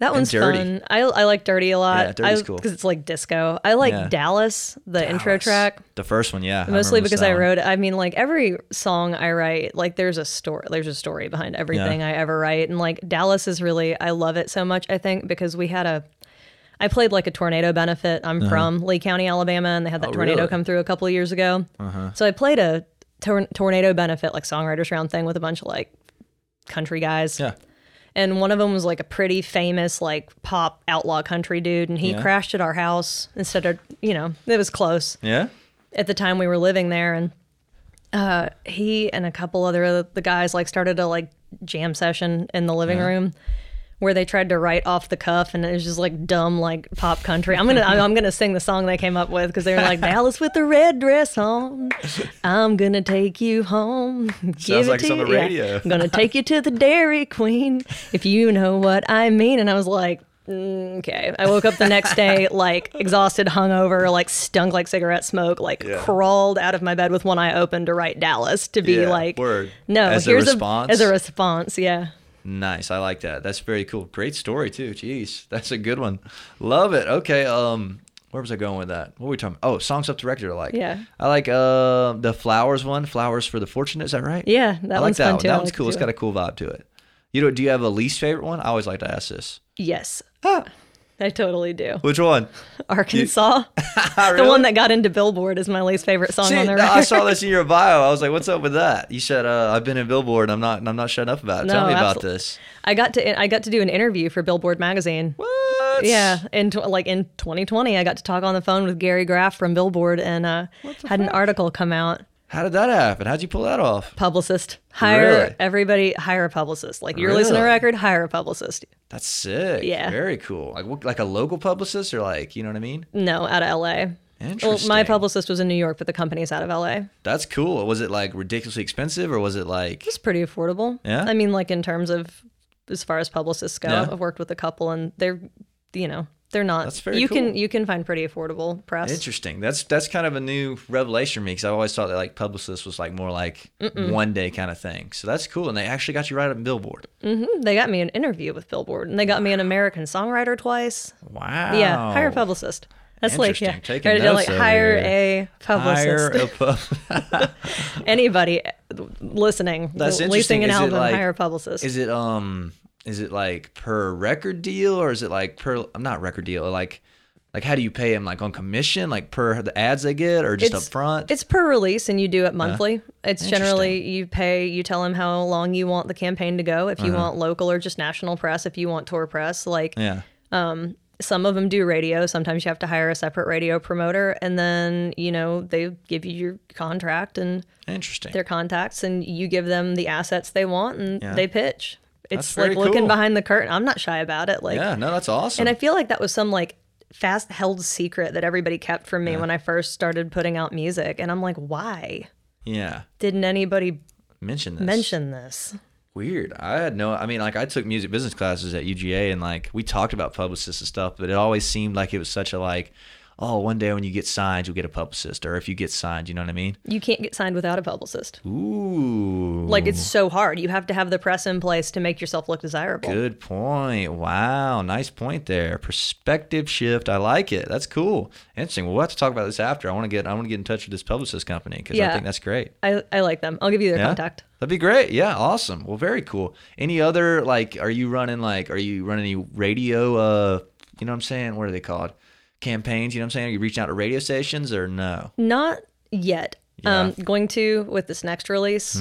B: That one's
A: Dirty.
B: fun. I, I like Dirty a lot.
A: Yeah, Dirty's cool.
B: because it's like disco. I like
A: Yeah.
B: Dallas, the intro
A: Alice.
B: track,
A: Oh, The first one, yeah. I
B: mostly
A: remember
B: because
A: that
B: I
A: one.
B: wrote. I mean, like every song I write, like there's a story. There's a story behind everything I ever write, and like Dallas is really. I love it so much. I think because we had a. I played like a tornado benefit. I'm from Lee County, Alabama, and they had that
A: Uh-huh. Oh,
B: tornado
A: really? Uh-huh.
B: come through a couple of years ago. So I played a tor- tornado benefit, like songwriters round thing, with a bunch of like country guys
A: Yeah.
B: and one of them was like a pretty famous like pop outlaw country dude and he
A: Yeah.
B: crashed at our house instead of you know it was close
A: Yeah.
B: at the time we were living there and uh, he and a couple other the guys like started a like jam session in the living room where they tried to write off the cuff and it was just like dumb like pop country i'm gonna I'm, I'm gonna sing the song they came up with because they were like dallas with the red dress on i'm gonna take you home Give it
A: like it's
B: to
A: on the
B: you- yeah.
A: radio.
B: i'm gonna take you to the dairy queen if you know what i mean and i was like Okay. I woke up the next day, like exhausted, hungover, like stunk like cigarette smoke, like
A: Yeah.
B: crawled out of my bed with one eye open to write Dallas to be
A: Yeah,
B: like,
A: word.
B: no,
A: As a
B: here's
A: response?
B: as a response. Yeah.
A: Nice. I like that. That's very cool. Great story too. Jeez. That's a good one. Love it. Okay. Um where was I going with that? What were we talking about? Oh, songs up to record I like.
B: Yeah.
A: I like uh the flowers one, flowers for the fortunate, is that right?
B: Yeah. That
A: I like
B: one's
A: that
B: fun
A: one.
B: too. I
A: That one's
B: like to
A: cool.
B: do
A: It's
B: it.
A: got a cool vibe to it. You know, do you have a least favorite one? I always like to ask this.
B: Yes.
A: Ah.
B: I totally do.
A: Which one?
B: Arkansas. The
A: Really?
B: one that got into Billboard is my least favorite song
A: See,
B: on the
A: no,
B: record.
A: I saw this in your bio. I was like, "What's up with that?" You said, uh, "I've been in Billboard. and I'm not. and I'm not shutting up about it. Tell
B: No,
A: me about
B: absolutely.
A: this."
B: I got to I got to do an interview for Billboard magazine.
A: What?
B: Yeah, in tw- like in 2020, I got to talk on the phone with Gary Graff from Billboard and uh, had an article come out.
A: How did that happen? How'd you pull that off?
B: Publicist, hire
A: Really?
B: everybody, hire a publicist. Like you're releasing a
A: Really?
B: record, hire a publicist.
A: That's sick.
B: Yeah.
A: Very cool. Like what, like a local publicist or like you know what I mean?
B: No, out of LA. Well,
A: Interesting.
B: my publicist was in New York, but the company's out of LA.
A: That's cool. Was it like ridiculously expensive or was it like
B: It's pretty affordable.
A: Yeah?
B: I mean, like in terms of as far as publicists go,
A: Yeah.
B: I've worked with a couple, and they're, you know, they're not.
A: That's very
B: you can
A: cool.
B: you can find pretty affordable press.
A: interesting? That's that's kind of a new revelation for me because I always thought that like publicist was like more like one day kind of thing. So that's cool. And they actually got you right up Billboard.
B: Mm, They got me an interview with Billboard, and they got me an American songwriter twice.
A: Wow.
B: Yeah, hire a publicist. That's like yeah,
A: Interesting. Taking
B: Right, they're
A: notes
B: like
A: over
B: hire
A: here.
B: a
A: Hire
B: publicist.
A: a pub-
B: Anybody listening,
A: That's
B: releasing
A: interesting.
B: an
A: Is it
B: album,
A: like-
B: hire a publicist.
A: Is it um is it like per record deal or is it like per I'm not record deal like like how do you pay them like on commission like per the ads they get or just
B: It's-
A: up front?
B: it's per release, and you do it monthly. It's
A: Interesting.
B: generally you pay, you tell them how long you want the campaign to go. If you want local or just national press, if you want tour press, like
A: Uh-huh. yeah.
B: some of them do radio. Sometimes you have to hire a separate radio promoter, and then you know they give you your contract and
A: Interesting.
B: their contacts and you give them the assets they want and
A: Yeah.
B: they pitch. It's
A: That's very
B: like looking
A: cool.
B: behind the curtain. I'm not shy about it. Like
A: yeah, no, that's awesome.
B: and I feel like that was some like fast held secret that everybody kept from me when I first started putting out music. And I'm like, why
A: yeah.
B: didn't anybody
A: Mention this.
B: mention this?
A: Weird. I had no I mean like I took music business classes at UGA and like we talked about publicists and stuff, but it always seemed like it was such a like oh, one day when you get signed, you'll get a publicist or if you get signed, you know what I mean?
B: You can't get signed without a publicist.
A: Ooh.
B: Like it's so hard. You have to have the press in place to make yourself look desirable.
A: Good point. Wow. Nice point there. Perspective shift. I like it. That's cool. Interesting. We'll have to talk about this after. I want to get I want to get in touch with this publicist company because I
B: Yeah.
A: think that's great.
B: I, I like them. I'll give you their
A: Yeah?
B: contact.
A: That'd be great. Yeah. Awesome. Well, very cool. Any other like are you running like are you running any radio uh you know what I'm saying? What are they called? Campaigns, you know what I'm saying? Are you reaching out to radio stations or no?
B: Not yet. um, going to with this next release,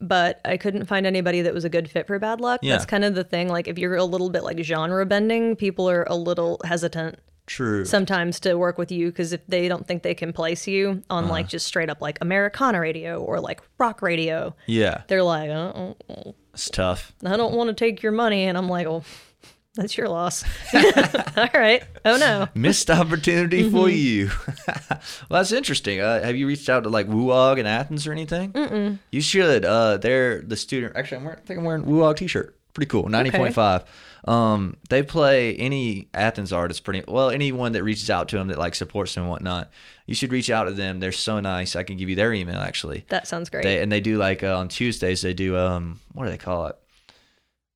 B: but I couldn't find anybody that was a good fit for Bad Luck.
A: Mm-hmm. Yeah.
B: That's kind of the thing. Like, if you're a little bit like genre bending, people are a little hesitant
A: True.
B: sometimes to work with you because if they don't think they can place you on
A: Uh-huh.
B: like just straight up like Americana radio or like rock radio,
A: yeah.
B: they're like, uh uh,
A: It's tough.
B: I don't want to take your money. And I'm like, well, that's your loss. All right. Oh, no.
A: Missed opportunity for you. well, that's interesting. Uh, have you reached out to like WUOG in Athens or anything? Mm-mm. You should. Uh, they're the student. Actually, I'm wearing, I think I'm wearing a WUOG t-shirt. Pretty cool. Ninety point five. Um, they play any Athens artist. Pretty well. Anyone that reaches out to them that like supports them and whatnot. You should reach out to them. They're so nice. I can give you their email actually.
B: That sounds great.
A: They, and they do like uh, on Tuesdays they do um what do they call it?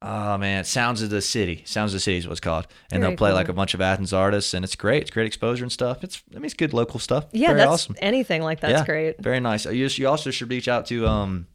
A: Oh man, Sounds of the City. Sounds of the City is what's called. And
B: Very
A: they'll play
B: cool.
A: like a bunch of Athens artists and it's great. It's great exposure and stuff. It's I mean it's good local stuff.
B: yeah,
A: Very
B: that's
A: awesome.
B: anything like that's
A: Yeah,
B: great.
A: Very nice. You, you also should reach out to um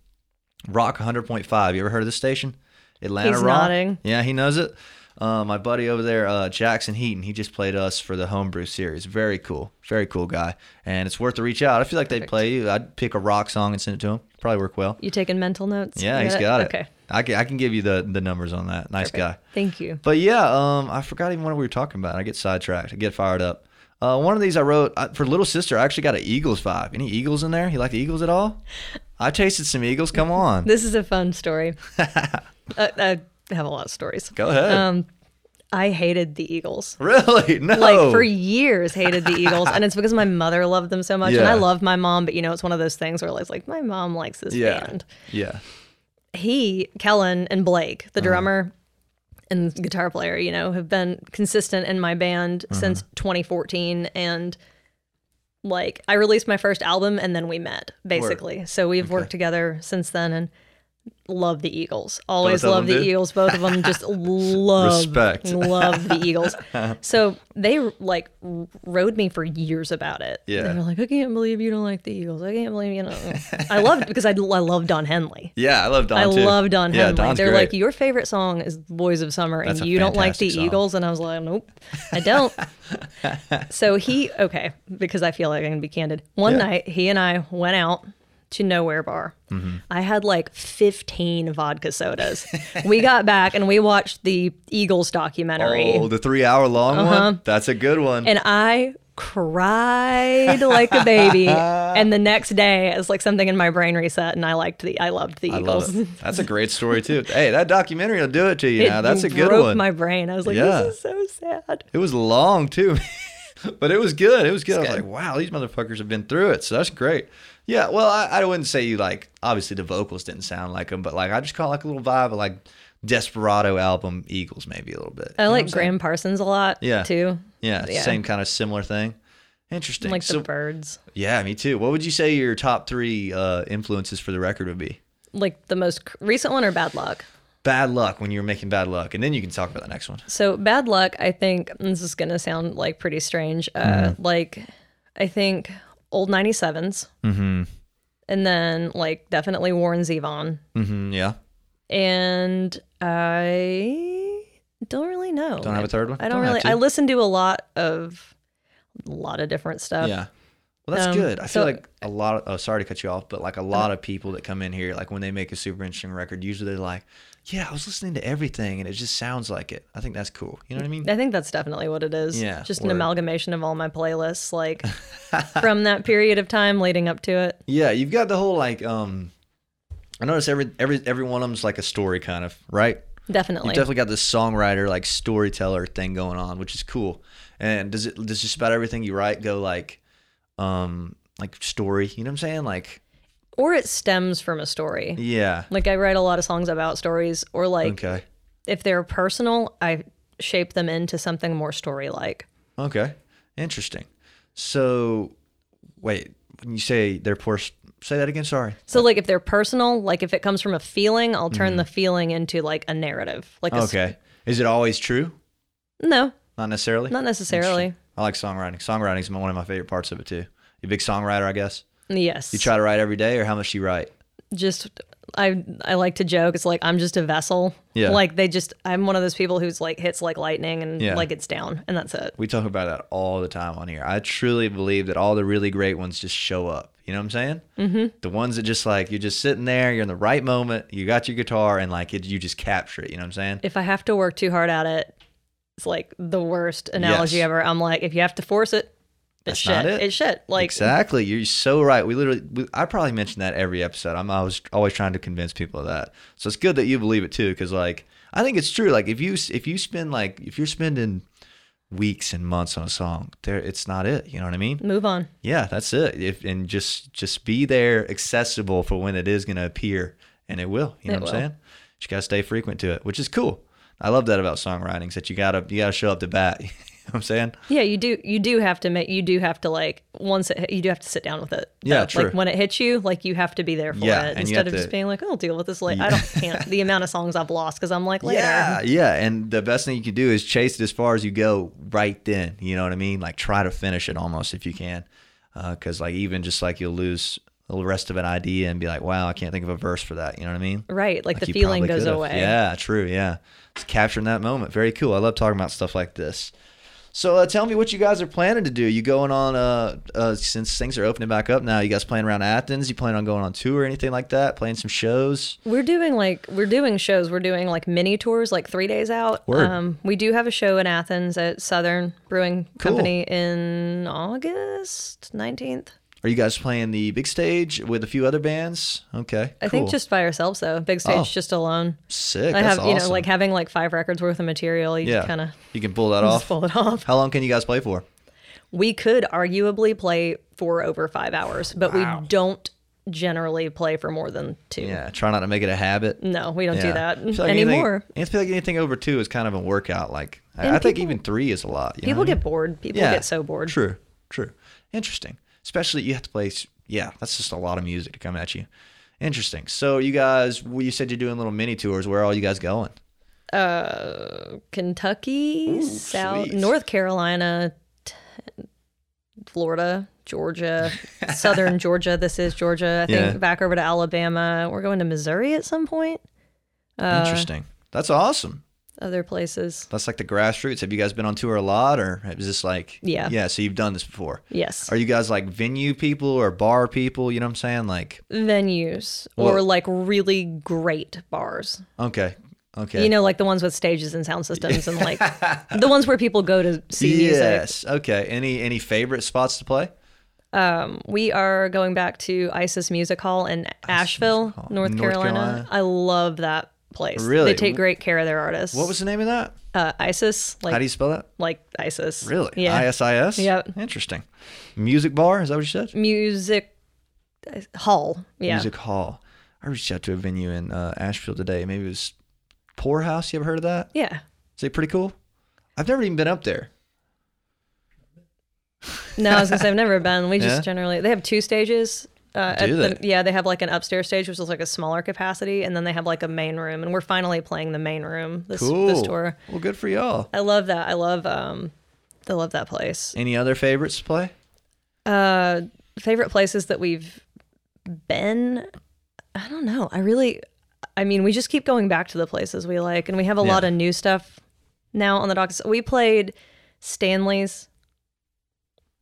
A: Rock 100.5. You ever heard of this station? Atlanta
B: He's
A: Rock.
B: nodding.
A: Yeah, he knows it. Uh, my buddy over there, uh, Jackson Heaton, he just played us for the homebrew series. Very cool, very cool guy, and it's worth to reach out. I feel like they'd play you. I'd pick a rock song and send it to him. Probably work well.
B: You taking mental notes?
A: Yeah,
B: You
A: he's got it.
B: Okay.
A: I can, I can give you the the numbers on that. Nice guy.
B: Thank you.
A: But yeah, um, I forgot even what we were talking about. I get sidetracked. I get fired up. Uh, one of these I wrote I, for little sister. I actually got an Eagles vibe. Any Eagles in there? You like the Eagles at all? I tasted some Eagles. Come on,
B: This is a fun story. I, I have a lot of stories.
A: go ahead.
B: Um, I hated the Eagles.
A: really? No.
B: Like for years, hated the Eagles, and it's because my mother loved them so much, and
A: Yeah.
B: I love my mom. But you know, it's one of those things where it's like my mom likes this
A: yeah,
B: band.
A: yeah,
B: He, Kellen, and Blake, the
A: Uh-huh.
B: drummer and guitar player, you know, have been consistent in my band
A: Uh-huh.
B: since 2014, and like I released my first album, and then we met basically. So we've worked together since then, and love the Eagles. Always
A: Both of
B: love
A: them
B: the
A: do?
B: Eagles. Both of them just love
A: Respect.
B: love the Eagles. So they like rode me for years about it.
A: Yeah.
B: They were like, I can't believe you don't like the Eagles. I can't believe you don't. I loved because I, I love Don Henley.
A: yeah. I love Don.
B: I
A: too.
B: love Don
A: yeah,
B: Henley.
A: Don's
B: They're
A: great.
B: like, your favorite song is Boys of Summer,
A: That's a
B: and you don't like the
A: fantastic song.
B: Eagles. And I was like, nope, I don't. so he, okay, because I feel like I can be candid. One
A: Yeah.
B: night, he and I went out to Nowhere Bar.
A: Mm-hmm.
B: I had like 15 vodka sodas. we got back and we watched the Eagles documentary.
A: oh, the three-hour long one. That's a good one.
B: Uh-huh. And I cried like a baby. and the next day, it's like something in my brain reset, and I liked the, I loved the
A: I
B: Eagles.
A: love it. That's a great story too. Hey, that documentary will do it to you.
B: It
A: now. That's a good
B: broke
A: one.
B: my brain. I was like,
A: Yeah.
B: this is so sad.
A: It was long too, but it was good. It was good. I was
B: good.
A: like, wow, these motherfuckers have been through it, so that's great. Yeah, well, I, I wouldn't say you like. Obviously, the vocals didn't sound like them, but like I just caught like a little vibe of like Desperado album Eagles, maybe a little bit.
B: I
A: You know what
B: like
A: I'm saying?
B: Graham Parsons a lot
A: Yeah.
B: too.
A: Yeah,
B: Oh, yeah.
A: same kind of similar thing. Interesting.
B: Like
A: so,
B: the birds.
A: yeah, me too. What would you say your top three uh, influences for the record would be?
B: Like the most cr- recent one or Bad Luck?
A: Bad luck when you were making bad luck, and then you can talk about the next one.
B: So Bad Luck, I think, and this is going to sound like pretty strange. Uh,
A: Mm-hmm.
B: Like, I think old 97s. Mm-hmm. And then like definitely Warren Zevon. Mm-hmm,
A: hmm yeah,
B: And I don't really know.
A: don't have a third one.
B: I don't,
A: have
B: really.
A: to.
B: I listen to a lot of a lot of different stuff.
A: Yeah. Well, that's
B: Um,
A: good. I feel
B: so-
A: like a lot of, oh, sorry to cut you off, but like a lot of people that come in here, like when they make a super interesting record, usually they're like, yeah, I was listening to everything and it just sounds like it. I think that's cool. You know what I mean?
B: I think that's definitely what it is.
A: Yeah,
B: Just
A: word.
B: an amalgamation of all my playlists, like from that period of time leading up to it.
A: Yeah. You've got the whole like, um, I notice every, every, every one of them's like a story kind of, right?
B: Definitely.
A: You've definitely got this songwriter, like storyteller thing going on, which is cool. And does it, does just about everything you write go like, um, like story, you know what I'm saying? Like,
B: or it stems from a story.
A: yeah.
B: Like I write a lot of songs about stories, or like
A: Okay.
B: if they're personal, I shape them into something more story like.
A: Okay, interesting. So, wait, when you say they're poor, say that again. Sorry.
B: So like if they're personal, like if it comes from a feeling, I'll turn the feeling into like a narrative. Like a s-
A: Mm-hmm. Okay, is it always true?
B: no,
A: Not necessarily.
B: not necessarily.
A: I like songwriting. Songwriting is one of my favorite parts of it too. You a big songwriter, I guess.
B: Yes.
A: You try to write every day, or how much you write?
B: just I I like to joke. It's like I'm just a vessel.
A: Yeah.
B: Like they just I'm one of those people who's like hits like lightning and
A: Yeah.
B: like it's down and that's it.
A: We talk about that all the time on here. I truly believe that all the really great ones just show up. You You know what I'm saying? Mm-hmm. The ones that just like you're just sitting there, you're in the right moment, you got your guitar, and like it, you just capture it. You know what I'm saying?
B: If I have to work too hard at it, it's like the worst analogy
A: Yes.
B: ever. I'm like, if you have to force it, it's
A: That's
B: shit.
A: not it.
B: It's shit. Like
A: exactly. You're so right. We literally, we, I probably mention that every episode. I'm always always trying to convince people of that. So it's good that you believe it too, because like I think it's true. Like if you if you spend like if you're spending weeks and months on a song, there it's not it. You know what I mean?
B: move on.
A: Yeah, that's it. If and just just be there, accessible for when it is going to appear, and it will. You know
B: It
A: what
B: will.
A: I'm saying? Just gotta stay frequent to it, which is cool. I love that about songwriting. is That you gotta you gotta show up to bat. you know what I'm saying?
B: Yeah, you do. You do have to make. You do have to like once it. hit- You do have to sit down with it.
A: Yeah,
B: Like,
A: true.
B: Like when it hits you, like you have to be there for
A: Yeah,
B: it
A: and you
B: instead
A: have
B: of
A: to-
B: just being like, oh, "I'll deal with this later." I don't can't. The amount of songs I've lost because I'm like later.
A: Yeah, yeah. And the best thing you can do is chase it as far as you go right then. You know what I mean? Like try to finish it almost if you can, because like even just like you'll lose the rest of an idea and be like, wow, I can't think of a verse for that. You know what I mean?
B: Right, like, the
A: you
B: feeling
A: probably
B: goes
A: could've.
B: away.
A: Yeah, true. Yeah, it's capturing that moment. Very cool. I love talking about stuff like this. So uh, tell me what you guys are planning to do. You going on? Uh, uh, since things are opening back up now, you guys playing around Athens? You planning on going on tour or anything like that? Playing some shows?
B: We're doing like we're doing shows. We're doing like mini tours, like three days out.
A: Word.
B: Um, we do have a show in Athens at Southern Brewing Company in August nineteenth.
A: Are you guys playing the big stage with a few other bands? Okay,
B: I think
A: cool.
B: just by ourselves though. Big stage,
A: Oh.
B: just alone.
A: sick.
B: I
A: That's
B: have you know
A: awesome.
B: like having like five records worth of material. You
A: yeah,
B: just kind of
A: you can pull that
B: just
A: off.
B: pull it off.
A: How long can you guys play for?
B: We could arguably play for over five hours, but we don't generally play for more than two.
A: Yeah, try not to make it a habit.
B: No, we don't
A: Yeah.
B: do that
A: I feel like
B: anymore.
A: Anything, I feel like anything over two is kind of a workout. Like I, I
B: And
A: think
B: people-
A: even three is a lot. you know
B: People
A: what I mean?
B: get bored. People get so bored.
A: True, true. Interesting. Especially you have to play. s- Yeah, that's just a lot of music to come at you. Interesting. So you guys, well, you said you're doing little mini tours. Where are all you guys going?
B: uh, Kentucky, South,
A: sweet.
B: North Carolina, t- Florida, Georgia, Southern Georgia. This is Georgia. I think
A: Yeah.
B: back over to Alabama. We're going to Missouri at some point. Uh,
A: Interesting. That's awesome.
B: Other places.
A: That's like the grassroots. Have you guys been on tour a lot, or is this like?
B: Yeah.
A: Yeah. So you've done this before.
B: Yes.
A: Are you guys like venue people or bar people? You know what I'm saying? Like,
B: Venues or
A: Well-
B: like really great bars.
A: okay, okay.
B: You know, like the ones with stages and sound systems and like the ones where people go to see music.
A: yes. Okay. Any any favorite spots to play?
B: We are going back to Isis Music Hall in Asheville, North,
A: North
B: Carolina.
A: Carolina.
B: I love that place.
A: Really?
B: They take great care of their artists.
A: What was the name of that?
B: uh, Isis? Like
A: How do you spell that?
B: like Isis.
A: Really?
B: Yeah.
A: ISIS?
B: Yep.
A: Interesting. Music bar? Is that what you said?
B: Music uh, Hall. Yeah.
A: Music hall. I reached out to a venue in uh, Asheville today. Maybe it was Poorhouse. You ever heard of that?
B: Yeah.
A: Is it pretty cool? I've never even been up there.
B: No, I was gonna say I've never been. We just
A: Yeah?
B: generally they have two stages. Uh,
A: Do
B: at The, yeah, they have like an upstairs stage, which is like a smaller capacity, and then they have like a main room. And we're finally playing the main room this
A: Cool.
B: this tour.
A: Well, good for y'all.
B: I love that. I love um, I love that place.
A: Any other favorites to play?
B: Uh, favorite places that we've been. I don't know. I really, I mean, we just keep going back to the places we like, and we have a lot
A: Yeah.
B: of new stuff now on the dock. So we played Stanley's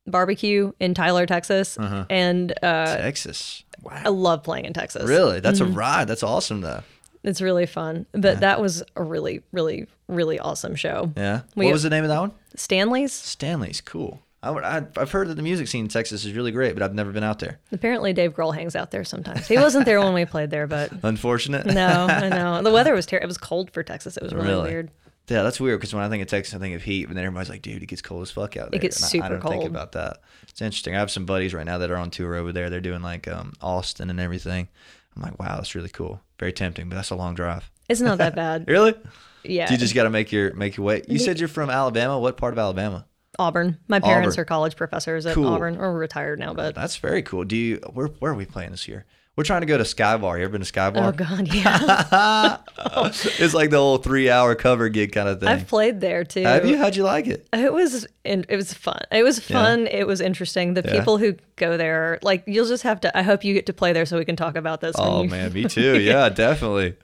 B: barbecue in Tyler, Texas,
A: Uh-huh.
B: and uh, Mm-hmm.
A: Texas. Wow.
B: I love playing in Texas.
A: Really? That's a ride. That's awesome, though.
B: It's really fun. But that was a really, really, really awesome show.
A: Yeah.
B: We-
A: what was the name of that one?
B: Stanley's?
A: Stanley's. Cool. I would, I, I've heard that the music scene in Texas is really great, but I've never been out there.
B: Apparently, Dave Grohl hangs out there sometimes. He wasn't there when we played there, but
A: Unfortunate.
B: no, I know. The weather was terrible. It was cold for Texas. It was really,
A: Really?
B: weird.
A: Yeah, that's weird because when I think of Texas, I think of heat, but then everybody's like, dude, it gets cold as fuck out there.
B: gets
A: And I, I
B: super
A: don't think
B: cold.
A: about that. It's interesting. I have some buddies right now that are on tour over there. They're doing like um, Austin and everything. I'm like, wow, that's really cool. Very tempting, but that's a long drive.
B: It's not that bad.
A: Really?
B: Yeah.
A: You just got to make your make your way. You said you're from Alabama. What part of Alabama?
B: Auburn. My parents
A: Auburn.
B: are college professors at
A: Cool.
B: Auburn, or retired now, but.
A: That's very cool. Do you? Where, where are we playing this year? We're trying to go to Skybar. You ever been to
B: Oh,
A: Skybar?
B: God. Yeah.
A: it's like the whole three hour cover gig kind of thing.
B: Oh. I've played there too.
A: have you? How'd you like it?
B: It was and it was fun. It was fun. It was interesting. The people who go there, like you'll just have to. I hope you get to play there so we can talk about this. when
A: Oh
B: you-
A: man, me too. Yeah, definitely.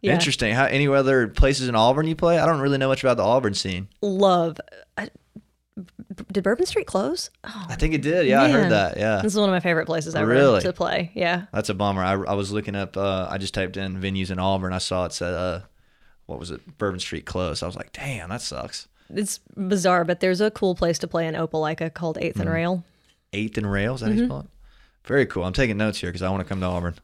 B: Yeah.
A: Interesting. How any other places in Auburn you play? I don't really know much about the Auburn scene.
B: love I, did Bourbon Street close? Oh,
A: I think it did. Yeah, I
B: man.
A: heard that. Yeah.
B: This is one of my favorite places ever
A: Really?
B: to play. Yeah.
A: That's a bummer. I, I was looking up. Uh, I just typed in venues in Auburn. I saw it said, uh, what was it? Bourbon Street closed. I was like, damn, that sucks.
B: It's bizarre, but there's a cool place to play in Opelika called 8th
A: Hmm.
B: and Rail.
A: Eighth and Rail. Is that how you spell it? Very cool. I'm taking notes here because I want to come to Auburn.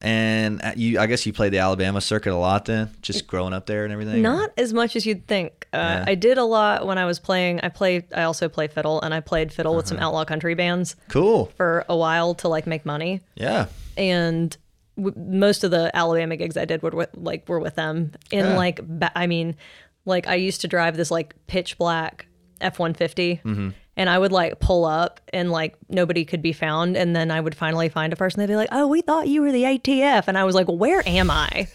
A: And uh, you, I guess you played the Alabama circuit a lot then, just growing up there and everything. or-
B: Not as much as you'd think. Uh,
A: Yeah.
B: I did a lot when I was playing. I play. I also play fiddle, and I played fiddle with
A: Uh-huh.
B: some outlaw country bands
A: cool.
B: for a while to like make money.
A: Yeah.
B: and w- most of the Alabama gigs I did were with, like were with them. And
A: Yeah.
B: like ba- I mean, like I used to drive this like pitch black F one fifty,
A: Mm-hmm.
B: and I would like pull up and like nobody could be found, and then I would finally find a person. They'd be like, "Oh, we thought you were the ATF," and I was like, "Where am I?"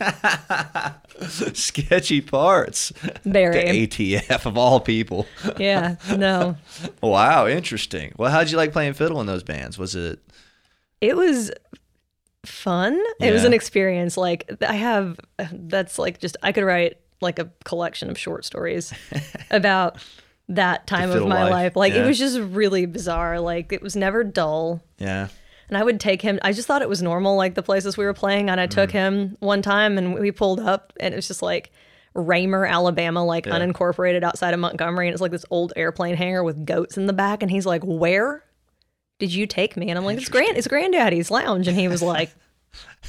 A: Sketchy parts.
B: Very.
A: The ATF of all people.
B: yeah. No.
A: wow, interesting. Well, how'd you like playing fiddle in those bands? Was it
B: it was fun it was
A: Yeah.
B: an experience like th- i have that's like just i could write like a collection of short stories about that time of
A: fiddle
B: my
A: life,
B: life, like
A: yeah.
B: it was just really bizarre like it was never dull
A: yeah.
B: and i would take him i just thought it was normal like the places we were playing and i
A: Mm.
B: took him one time and we pulled up and it was just like Raymer, Alabama, like unincorporated outside of Montgomery, and it's like this old airplane hangar with goats in the back. And he's like, "Where did you take me?" And I'm like, "It's grand, it's Granddaddy's lounge." And he was like,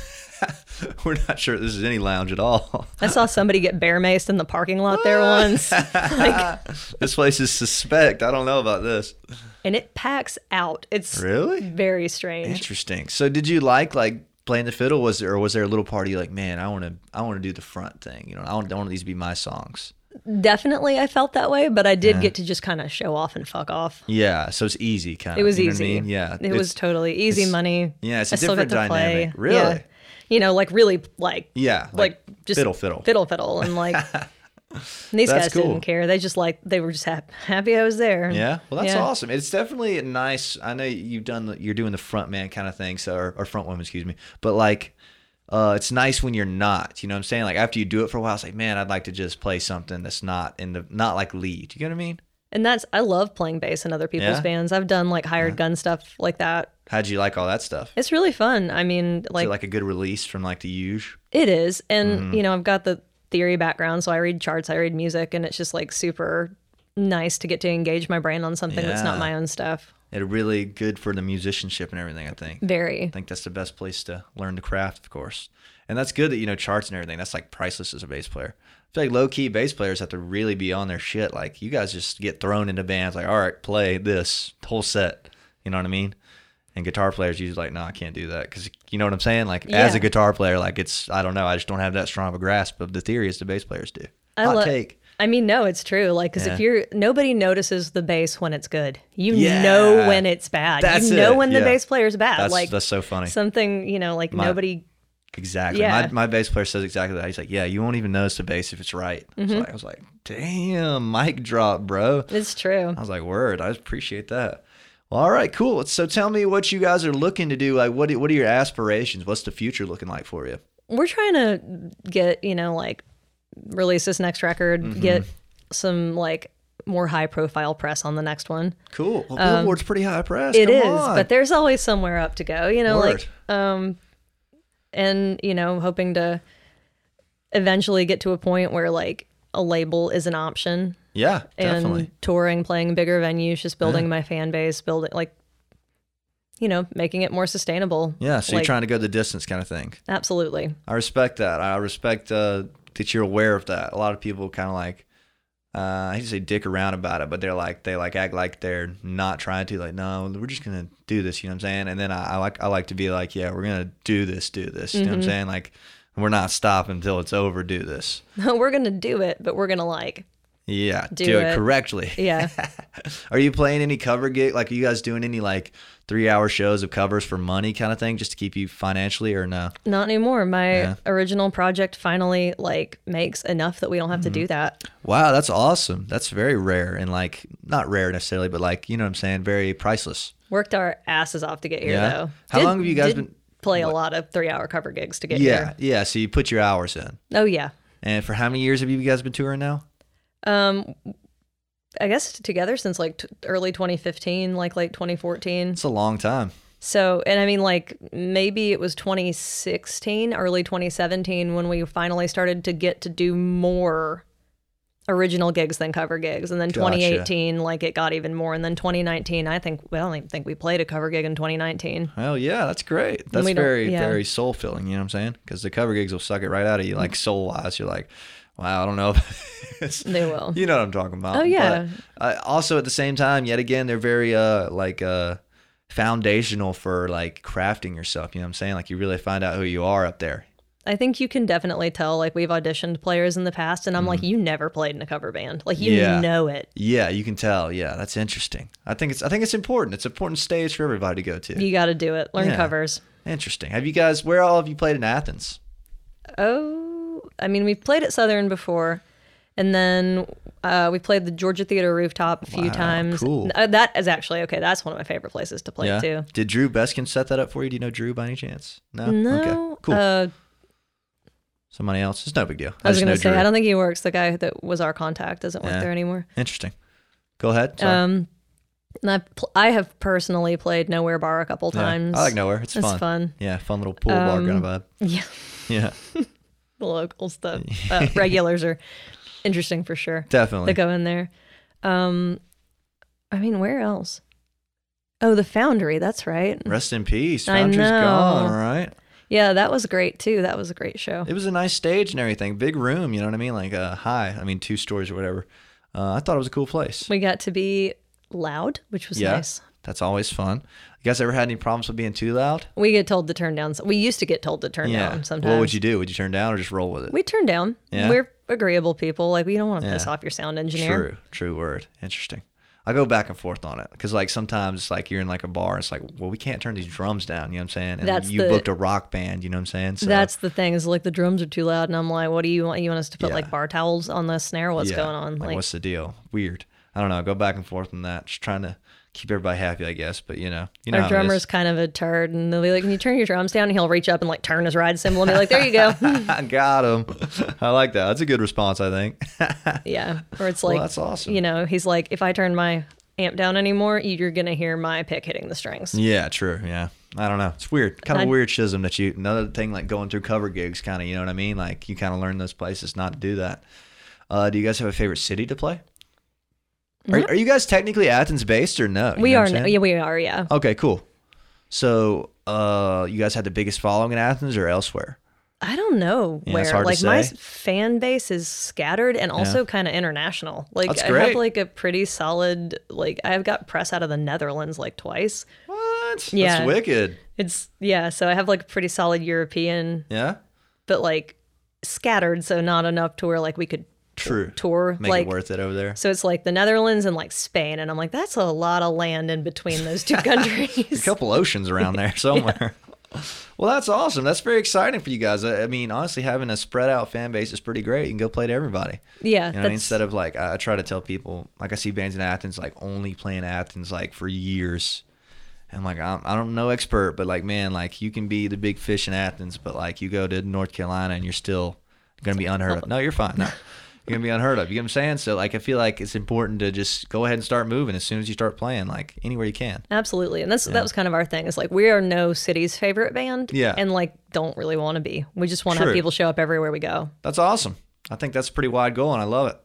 A: We're not sure this is any lounge at all.
B: "I saw somebody get bear maced in the parking lot there once, like,
A: this place is suspect. I don't know about this.
B: and it packs out. It's
A: Really?
B: very strange."
A: Interesting. So did you like like playing the fiddle? Was there or was there a little part of you like, man, I wanna I wanna do the front thing. You know, I want I want these to be my songs.
B: Definitely, I felt that way, but I did get to just kind of show off and fuck off.
A: Yeah. So it's easy kind of
B: It was
A: you know what I
B: easy.
A: mean? Yeah.
B: it was
A: it's-
B: totally easy
A: it's-
B: money.
A: yeah, it's
B: a
A: a different dynamic. Really?
B: You know, like really, like
A: Yeah.
B: like, just
A: fiddle fiddle.
B: fiddle fiddle and like and these
A: That's
B: guys
A: cool.
B: didn't care they just like they were just hap- happy i was there
A: Yeah, well, that's
B: Yeah.
A: awesome. It's definitely a nice. I know you've done the, you're doing the front man kind of thing, so or, or front woman, excuse me. But like, uh, it's nice when you're not. You know what I'm saying? Like after you do it for a while, it's like, man, I'd like to just play something that's not in the not like lead. You get what I mean?
B: and that's i love playing bass in other people's
A: Yeah?
B: bands i've done like hired gun stuff like that
A: How'd you like all that stuff?
B: it's really fun i mean
A: Is
B: like,
A: it like Mm-hmm. a good release from like the huge?
B: it is and you know i've got the theory background so i read charts i read music and it's just like super nice to get to engage my brain on something that's
A: Yeah.
B: not my own stuff
A: It really good for the musicianship and everything. I think.
B: very
A: I think that's the best place to learn the craft, of course. And that's good that you know charts and everything. That's like priceless as a bass player. I feel like low key bass players have to really be on their shit. Like you guys just get thrown into bands like, all right, play this whole set. You know what I mean? And guitar players usually like, no, I can't do that because you know what I'm saying. Like as
B: Yeah.
A: a guitar player, like it's I don't know, I just don't have that strong of a grasp of the theory as the bass players do.
B: I
A: Hot
B: lo-
A: take.
B: I mean, no, it's true. Like, because
A: Yeah.
B: if you're nobody notices the bass when it's good, you
A: Yeah.
B: know when it's bad.
A: That's
B: you know
A: it.
B: when
A: Yeah.
B: the bass player's bad.
A: That's
B: like
A: that's so funny.
B: something you know, like
A: My-
B: nobody.
A: Exactly.
B: Yeah.
A: My, my bass player says exactly that. He's like, yeah, you won't even notice the bass if it's right. So
B: Mm-hmm.
A: I was like, damn, mic drop, bro.
B: It's true.
A: I was like, word, I appreciate that. Well, all right, cool. So tell me what you guys are looking to do. Like, what what are your aspirations? What's the future looking like for you?
B: We're trying to get you know, like, release this next record,
A: Mm-hmm.
B: get some like more high profile press on the next one.
A: Cool. Well, Billboard's pretty high press.
B: Um, It is,
A: Come on.
B: but there's always somewhere up to go. You know,
A: Word.
B: like um, and you know, hoping to eventually get to a point where like a label is an option
A: yeah,
B: and
A: definitely.
B: touring, playing bigger venues, just building my fan base, building like, you know, making it more sustainable.
A: Yeah, so you're
B: like,
A: trying to go the distance kind of thing.
B: absolutely.
A: I respect that. I respect uh, that you're aware of that. A lot of people kind of like, uh, I hate to say dick around about it, but they're like, they like act like they're not trying to. Like, no, we're just gonna do this. You know what I'm saying? And then I, I like, I like to be like, yeah, we're gonna do this, do this. You know what I'm saying? Like, we're not stopping until it's over. Do this.
B: we're gonna do it, but we're gonna like,
A: Yeah, do, it,
B: it.
A: correctly.
B: yeah,
A: Are you playing any cover gig? Like, are you guys doing any like three hour shows of covers for money kind of thing, just to keep you financially, or no?
B: not anymore. My
A: Yeah.
B: original project finally like makes enough that we don't have
A: Mm-hmm.
B: to do that.
A: Wow, that's awesome. That's very rare and like not rare necessarily, but like you know what I'm saying, very priceless.
B: Worked our asses off to get here,
A: Yeah.
B: though.
A: How long have you guys
B: did
A: been-
B: Play a lot of three-hour cover gigs to get
A: Yeah, yeah. So you put your hours in,
B: here. Oh yeah.
A: and for how many years have you guys been touring now?
B: Um, I guess together since like t- early 2015, like late 2014.
A: It's a long time.
B: So, and I mean, like maybe it was 2016, early 2017 when we finally started to get to do more original gigs than cover gigs. And then
A: Gotcha.
B: 2018, like it got even more. And then 2019, I think, well, I don't even think we played a cover gig in 2019.
A: Well, yeah, that's great. That's
B: we don't-
A: very,
B: yeah.
A: very soul filling. You know what I'm saying? Because the cover gigs will suck it right out of you, like soul wise. You're like, wow, I don't know. If this.
B: They will.
A: You know what I'm talking about.
B: Oh, yeah.
A: But, uh, also at the same time, yet again, they're very uh like uh foundational for like crafting yourself. You know what I'm saying? Like you really find out who you are up there.
B: I think you can definitely tell, like, we've auditioned players in the past, and I'm like, you never played in a cover band. Like, you
A: Mm-hmm. Yeah.
B: know it.
A: Yeah, you can tell. Yeah, that's interesting. I think it's I think it's important. It's an important stage for everybody to go to.
B: You got to do it. Learn
A: Yeah.
B: covers.
A: Interesting. Have you guys? Where all have you played in Athens?
B: Oh, I mean, we've played at Southern before, and then uh, we played the Georgia Theater rooftop a few
A: Wow,
B: times.
A: cool.
B: Uh, that is actually okay. That's one of my favorite places to play too.
A: Did Drew Beskin set that up for you? Do you know Drew by any chance? No.
B: No,
A: Okay. Cool.
B: uh,
A: Somebody else. It's no big deal.
B: I was
A: just
B: gonna
A: know
B: say
A: Drew.
B: I don't think he works. The guy that was our contact doesn't work
A: Yeah.
B: there anymore.
A: Interesting. Go ahead. Sorry.
B: Um, and I pl- I have personally played Nowhere Bar a couple
A: Yeah.
B: times.
A: I like nowhere. It's,
B: It's
A: fun.
B: fun. Um,
A: Yeah, fun little pool bar kind of vibe.
B: Yeah,
A: Yeah,
B: the local stuff. Uh, regulars are interesting for sure.
A: definitely.
B: that go in there. Um, I mean, where else? Oh, the Foundry. That's right.
A: Rest in peace.
B: I
A: Foundry's gone.
B: know.
A: Right.
B: Yeah, that was great too. That was a great show.
A: It was a nice stage and everything. Big room. You know what I mean? Like uh, high. I mean, two stories or whatever. Uh, I thought it was a cool place.
B: We got to be loud, which was
A: Yeah.
B: nice.
A: That's always fun. You guys ever had any problems with being too loud?
B: We get told to turn down. We used to get told to turn down sometimes.
A: What would you do? Would you turn down or just roll with it?
B: We turn down.
A: Yeah.
B: We're agreeable people. Like we don't want to piss
A: Yeah.
B: off your sound engineer.
A: True, true word. Interesting. I go back and forth on it because, like, sometimes, like, you're in like a bar, it's like, well, we can't turn these drums down. You know what I'm saying? And
B: That's
A: you
B: the-
A: booked a rock band. You know what I'm saying? So
B: That's the thing is like the drums are too loud, and I'm like, what do you want? You want us to put
A: Yeah.
B: like bar towels on the snare? What's
A: yeah,
B: going on?
A: Like,
B: Like,
A: what's the deal? Weird. I don't know. I go back and forth on that, just trying to keep everybody happy, I guess. But you know, you know,
B: our
A: how it is.
B: drummer's kind of a turd, and they'll be like, can you turn your drums down? And he'll reach up and like turn his ride cymbal and be like, there you go.
A: I got him. I like that. That's a good response. I think.
B: Yeah. Or it's
A: well,
B: like,
A: that's awesome.
B: you know, he's like, if I turn my amp down anymore, you're going to hear my pick hitting the strings.
A: Yeah, true. Yeah. I don't know. It's weird. Kind of
B: I-
A: a weird schism that you, another thing like going through cover gigs, kind of, you know what I mean? Like you kind of learn those places not to do that. Uh, do you guys have a favorite city to play? Are, are you guys technically Athens based or no? You
B: We
A: know
B: are,
A: what I'm
B: no,
A: saying?
B: yeah, we are, yeah.
A: Okay, cool. So uh, you guys had the biggest following in Athens or elsewhere?
B: I don't know
A: Yeah,
B: where.
A: it's hard to
B: like my
A: say.
B: s- fan base is scattered and also kind of international. Like
A: That's
B: I have
A: great.
B: like a pretty solid like I've got press out of the Netherlands like twice.
A: What?
B: Yeah.
A: That's wicked.
B: It's yeah, so I have like a pretty solid European
A: Yeah.
B: but like scattered so not enough to where like we could
A: True.
B: tour
A: Make
B: like
A: it worth it over there.
B: So it's like the Netherlands and like Spain. And I'm like, that's a lot of land in between those two countries.
A: a couple oceans around there somewhere. Well, that's awesome. That's very exciting for you guys. I, I mean, honestly, having a spread out fan base is pretty great. You can go play to everybody.
B: yeah.
A: You know, what I mean? instead of like, I I try to tell people, like, I see bands in Athens, like, only playing Athens, like, for years. And like, I'm, I don't know expert, but like, man, like, you can be the big fish in Athens, but like, you go to North Carolina and you're still going to be unheard of. No, you're fine. No. You're gonna be unheard of. You know what I'm saying? So like, I feel like it's important to just go ahead and start moving as soon as you start playing, like anywhere you can.
B: Absolutely. And that's that was kind of our thing. It's like we are no city's favorite band.
A: Yeah.
B: And like don't really want to be. We just want to
A: True.
B: have people show up everywhere we go.
A: That's awesome. I think that's a pretty wide goal, and I love it.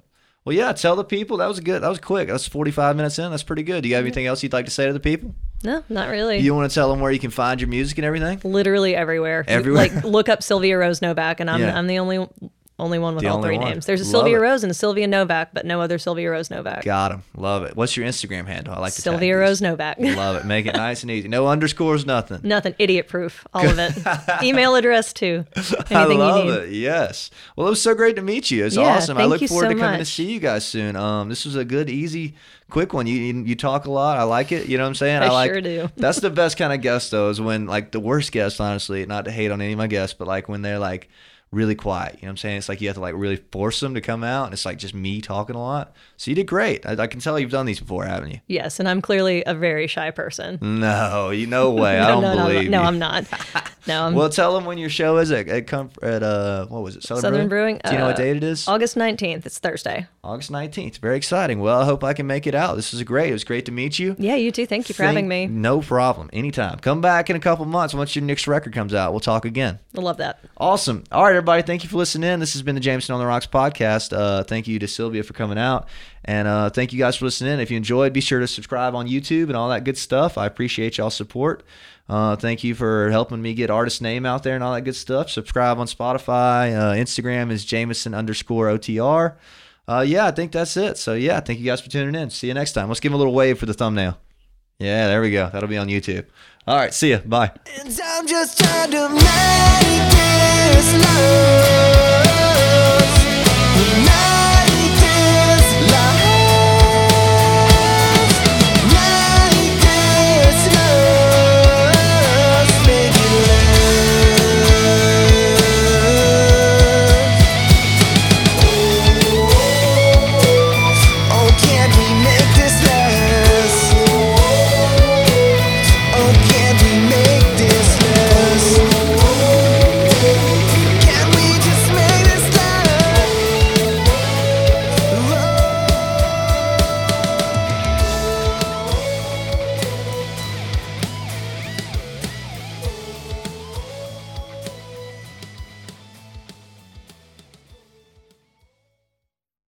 A: Well, yeah, tell the people that was good. That was quick. That's 45 minutes in. That's pretty good. Do you have anything else you'd like to say to the people?
B: No, not really.
A: You want to tell them where you can find your music and everything?
B: Literally everywhere.
A: Everywhere.
B: Like look up Sylvia Rose Novak and I'm
A: Yeah.
B: I'm the only only one with
A: The
B: all
A: only
B: three
A: one.
B: names. There's a
A: Love
B: Sylvia
A: it.
B: Rose and a Sylvia Novak, but no other Sylvia Rose Novak.
A: Got him. Love it. What's your Instagram handle? I like to tag
B: Sylvia
A: these.
B: Rose Novak.
A: Love it. Make it nice and easy. No underscores, nothing.
B: Nothing. Idiot proof. All of it. Email address too. Anything
A: I love
B: you need.
A: it. Yes. Well, it was so great to meet you. It's
B: Yeah,
A: awesome. I
B: thank
A: look
B: you
A: forward
B: so
A: to coming to
B: much.
A: see you guys soon. Um, this was a good, easy, quick one. You you, you talk a lot. I like it. You know what I'm saying?
B: I
A: like.
B: sure do.
A: that's the best kind of guest though. Is when like the worst guest, honestly. Not to hate on any of my guests, but like when they're like really quiet. You know what I'm saying? It's like you have to like really force them to come out, and it's like just me talking a lot. So you did great. I, I can tell you've done these before, haven't you?
B: Yes, and I'm clearly a very shy person.
A: No, you no way. Mm, I
B: no,
A: don't
B: no, no,
A: believe.
B: no,
A: you.
B: I'm not. No, I'm
A: Well, tell them when your show is at at, Comf- at uh what was it Southern,
B: Southern Brewing.
A: Do you know what
B: uh,
A: date it is?
B: August 19th. It's Thursday.
A: August nineteenth. Very exciting. Well, I hope I can make it out. This is great. It was great to meet you.
B: Yeah, you too. Thank you for having
A: Thank-
B: me.
A: No problem. Anytime. Come back in a couple months once your next record comes out. We'll talk again.
B: I love that.
A: Awesome. All right, everybody. Thank you for listening in. This has been the Jameson on the Rocks podcast. Uh, thank you to Sylvia for coming out. And uh, thank you guys for listening in. If you enjoyed, be sure to subscribe on YouTube and all that good stuff. I appreciate y'all's support. Uh, thank you for helping me get artist name out there and all that good stuff. Subscribe on Spotify. Uh, Instagram is Jameson underscore OTR. Uh, yeah, I think that's it. So, yeah, thank you guys for tuning in. See you next time. Let's give him a little wave for the thumbnail. Yeah, there we go. That'll be on YouTube. All right, see ya. Bye.
C: I'm just trying to make Oh,